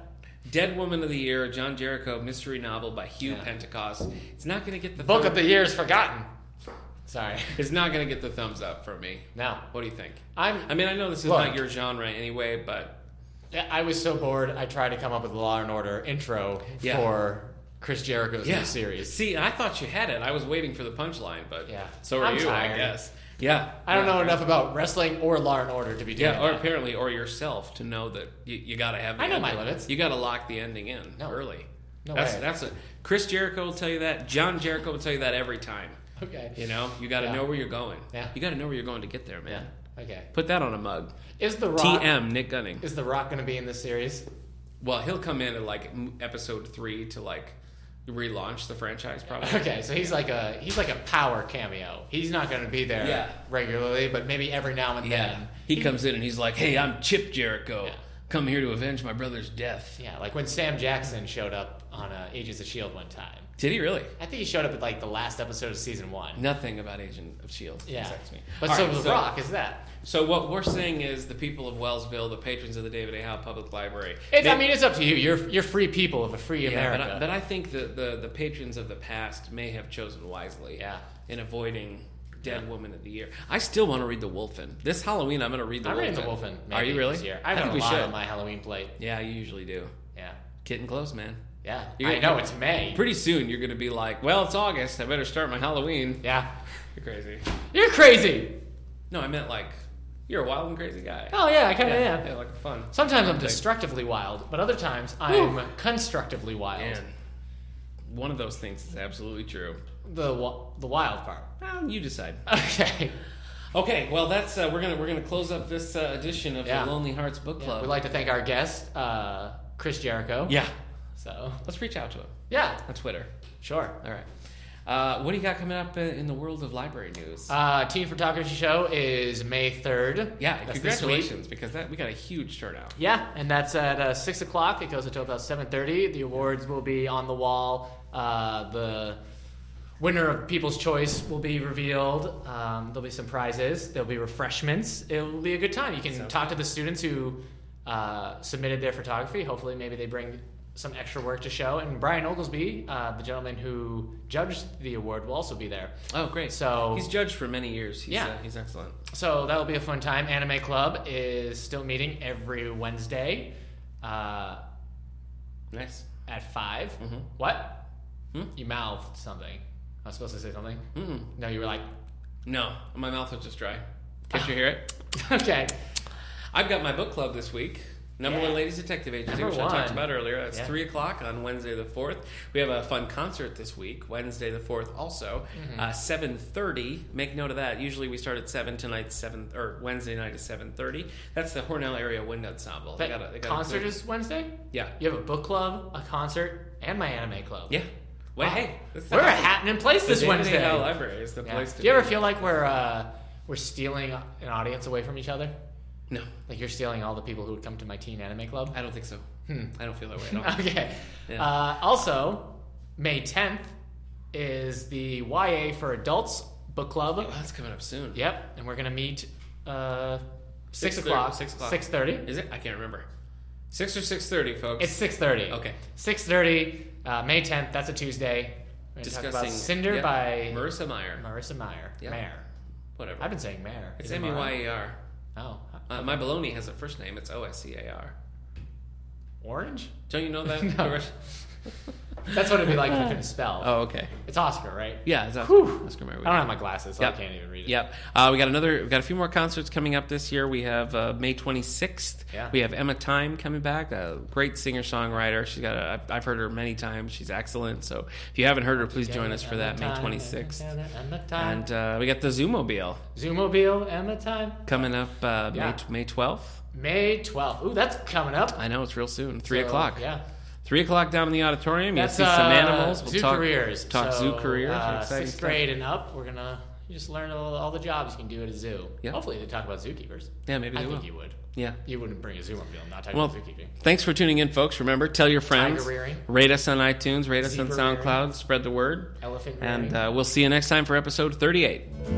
S2: Dead Woman of the Year, a John Jericho mystery novel by Hugh
S1: Yeah.
S2: Pentecost. It's not going to get the
S1: Book
S2: thumb-
S1: of the Year is forgotten. Sorry.
S2: It's not going to get the thumbs up from me.
S1: No.
S2: What do you think?
S1: I'm.
S2: I mean, I know this is
S1: Look.
S2: not your genre anyway, but
S1: I was so bored. I tried to come up with a Law and Order intro
S2: Yeah.
S1: for Chris Jericho's
S2: yeah.
S1: new series.
S2: See, I thought you had it. I was waiting for the punchline, but
S1: Yeah.
S2: so are
S1: I'm
S2: you, I
S1: tired.
S2: guess. Yeah.
S1: I don't
S2: Yeah.
S1: know enough about wrestling or Law and Order to be doing
S2: Yeah, or
S1: that.
S2: apparently, or yourself to know that you, you got to have. The
S1: I know
S2: ending.
S1: my limits.
S2: You got to lock the ending in
S1: No.
S2: early.
S1: No
S2: that's
S1: way.
S2: that's a Chris Jericho will tell you that. John Jericho will tell you that every time.
S1: Okay.
S2: You know, you got to
S1: Yeah.
S2: know where you're going.
S1: Yeah.
S2: You got to know where you're going to get there, man.
S1: Okay.
S2: Put that on a mug.
S1: Is the Rock
S2: TM Nick Gunning.
S1: is the Rock going to be in this series?
S2: Well, he'll come in at like m- episode three to like relaunch the franchise, probably.
S1: Okay, so he's like a he's like a power cameo. He's not going to be there
S2: Yeah.
S1: regularly, but maybe every now and
S2: Yeah.
S1: then.
S2: He comes in and he's like, "Hey, I'm Chip Jericho.
S1: Yeah.
S2: Come here to avenge my brother's death."
S1: Yeah, like when Sam Jackson showed up on uh, Agents of Shield one time.
S2: Did he really?
S1: I think he showed up at like the last episode of season one.
S2: Nothing about Agent of Shield.
S1: Yeah,
S2: excites me.
S1: but
S2: All
S1: so
S2: right,
S1: The Rock is that?
S2: So what we're saying is the people of Wellsville, the patrons of the David A. Howe Public Library.
S1: It's, I
S2: they-
S1: mean, it's up to you. You're you're free people of a free
S2: yeah,
S1: America.
S2: but, I, but I think the, the the patrons of the past may have chosen wisely.
S1: Yeah.
S2: In avoiding Dead Woman of the Year, I still want to read The Wolfen. This Halloween, I'm going to read The
S1: I'm
S2: Wolfen.
S1: reading the Wolfen. Maybe
S2: Are you really?
S1: This year. I've got
S2: think
S1: a
S2: we
S1: lot
S2: should.
S1: on my Halloween plate.
S2: Yeah, you usually do.
S1: Yeah,
S2: Getting close, man.
S1: yeah.
S2: You're
S1: I
S2: gonna-
S1: know it's May.
S2: Pretty soon, you're going to be like, "Well, it's August. I better start my Halloween."
S1: yeah,
S2: You're crazy.
S1: you're crazy.
S2: No, I meant like, you're a wild and crazy guy.
S1: Oh yeah, I kind of am.
S2: yeah, like fun.
S1: Sometimes I'm destructively wild, but other times I'm constructively wild.
S2: And one of those things is absolutely true.
S1: The wi- the wild part.
S2: Well, you decide.
S1: Okay.
S2: Okay, well that's uh, we're gonna we're gonna close up this uh, edition of
S1: Yeah.
S2: the Lonely Hearts Book Club.
S1: We'd like to thank our guest, uh, Chris Jericho.
S2: yeah,
S1: So
S2: let's reach out to him
S1: yeah,
S2: on Twitter.
S1: sure.
S2: All right, uh, what do you got coming up in, in the world of library news?
S1: Uh, Teen Photography Show is May third.
S2: yeah,
S1: That's this week.
S2: congratulations because that we got a huge turnout.
S1: Yeah, and that's at uh, six o'clock. It goes until about seven thirty. The awards will be on the wall. Uh, the Winner of People's Choice will be revealed. Um, there'll be some prizes. There'll be refreshments. It'll be a good time. You can talk to the students who uh, submitted their photography. Hopefully, maybe they bring some extra work to show. And Brian Oglesby, uh, the gentleman who judged the award, will also be there.
S2: Oh, great.
S1: So-
S2: he's judged for many years. He's,
S1: Yeah.
S2: uh, he's excellent.
S1: So that'll be a fun time. Anime Club is still meeting every Wednesday uh,
S2: Nice.
S1: at 5
S2: Mhm.
S1: What?
S2: Hmm?
S1: You mouthed something. I was supposed to say something.
S2: Mm-mm.
S1: No, you were like,
S2: No, my mouth was just dry. Can't you hear it?
S1: okay.
S2: I've got my book club this week. Number
S1: Yeah.
S2: one ladies detective agency,
S1: Number
S2: which I
S1: one.
S2: talked about earlier. That's
S1: Yeah.
S2: three o'clock on Wednesday the fourth. We have a fun concert this week, Wednesday the fourth. Also,
S1: Mm-hmm.
S2: uh, seven thirty. Make note of that. Usually we start at seven tonight. Seven or Wednesday night is seven thirty. That's the Hornell area wind ensemble.
S1: That
S2: gotta- gotta
S1: concert
S2: include-
S1: is Wednesday?
S2: yeah,
S1: You have a book club, a concert, and my anime club.
S2: yeah. Well,
S1: Wow.
S2: hey, that's the
S1: We're a
S2: house.
S1: hat in place
S2: The
S1: this
S2: Dandy
S1: Wednesday.
S2: Hell Library is the
S1: Yeah.
S2: place to
S1: Do you ever
S2: be.
S1: feel like we're uh, we're stealing an audience away from each other?
S2: No,
S1: Like you're stealing all the people who would come to my teen anime club?
S2: I don't think so.
S1: Hmm.
S2: I don't feel that way at all.
S1: okay.
S2: Yeah.
S1: Uh, also, May 10th is the YA for Adults book club.
S2: Well, Oh, that's coming up soon.
S1: Yep, and we're gonna meet uh, six,
S2: Six thirty-
S1: o'clock.
S2: six o'clock.
S1: Six thirty.
S2: Is it? I can't remember. Six or six thirty, folks.
S1: It's six thirty.
S2: Okay.
S1: Six thirty, uh, May tenth. That's a Tuesday. We're gonna talk
S2: discussing
S1: about Cinder
S2: yeah,
S1: by
S2: Marissa Meyer.
S1: Marissa Meyer.
S2: Yeah.
S1: Mayer.
S2: Whatever.
S1: I've been saying Mayer.
S2: it's
S1: Is it
S2: M E Y
S1: Mara?
S2: E R.
S1: Oh,
S2: Uh, my baloney has a first name. It's O S C A R.
S1: orange.
S2: Don't you know that?
S1: No. That's what it'd be like if I couldn't spell.
S2: oh, okay.
S1: It's Oscar, right?
S2: Yeah, it's Oscar,
S1: Whew.
S2: Oscar Mayer.
S1: I don't have my glasses, so
S2: Yep.
S1: I can't even read it.
S2: Yep. Uh, we got another. We've got a few more concerts coming up this year. We have uh, May 26th.
S1: Yeah.
S2: We have Emma Time coming back, a great singer songwriter. She's got. A, I've- I've heard her many times. She's excellent. So if you haven't heard her, please join us for that May 26th. And uh, we got the Zoomobile
S1: Zoomobile, Emma time.
S2: coming up uh,
S1: Yeah.
S2: May, May 12th.
S1: May 12th. Ooh, that's coming up.
S2: I know it's real soon. Three
S1: So,
S2: o'clock.
S1: Yeah.
S2: Three o'clock down in the auditorium. You'll
S1: That's
S2: see some
S1: uh,
S2: animals. We'll
S1: zoo
S2: talk,
S1: careers.
S2: Talk
S1: So,
S2: zoo careers.
S1: Uh,
S2: Exciting
S1: sixth
S2: stuff.
S1: grade and up, we're going to you just learn all, all the jobs you can do at a zoo.
S2: Yeah.
S1: Hopefully they talk about zookeepers.
S2: Yeah, maybe
S1: I
S2: they
S1: think
S2: will.
S1: you would.
S2: Yeah.
S1: You wouldn't bring a zoomobile and not talk
S2: Well,
S1: about zookeeping.
S2: Thanks for tuning in, folks. Remember, tell your friends.
S1: Tiger rearing.
S2: Rate us on iTunes. Rate us on
S1: Zebra
S2: SoundCloud. Spread the word.
S1: Elephant
S2: And
S1: rearing.
S2: uh, we'll see you next time for episode 38.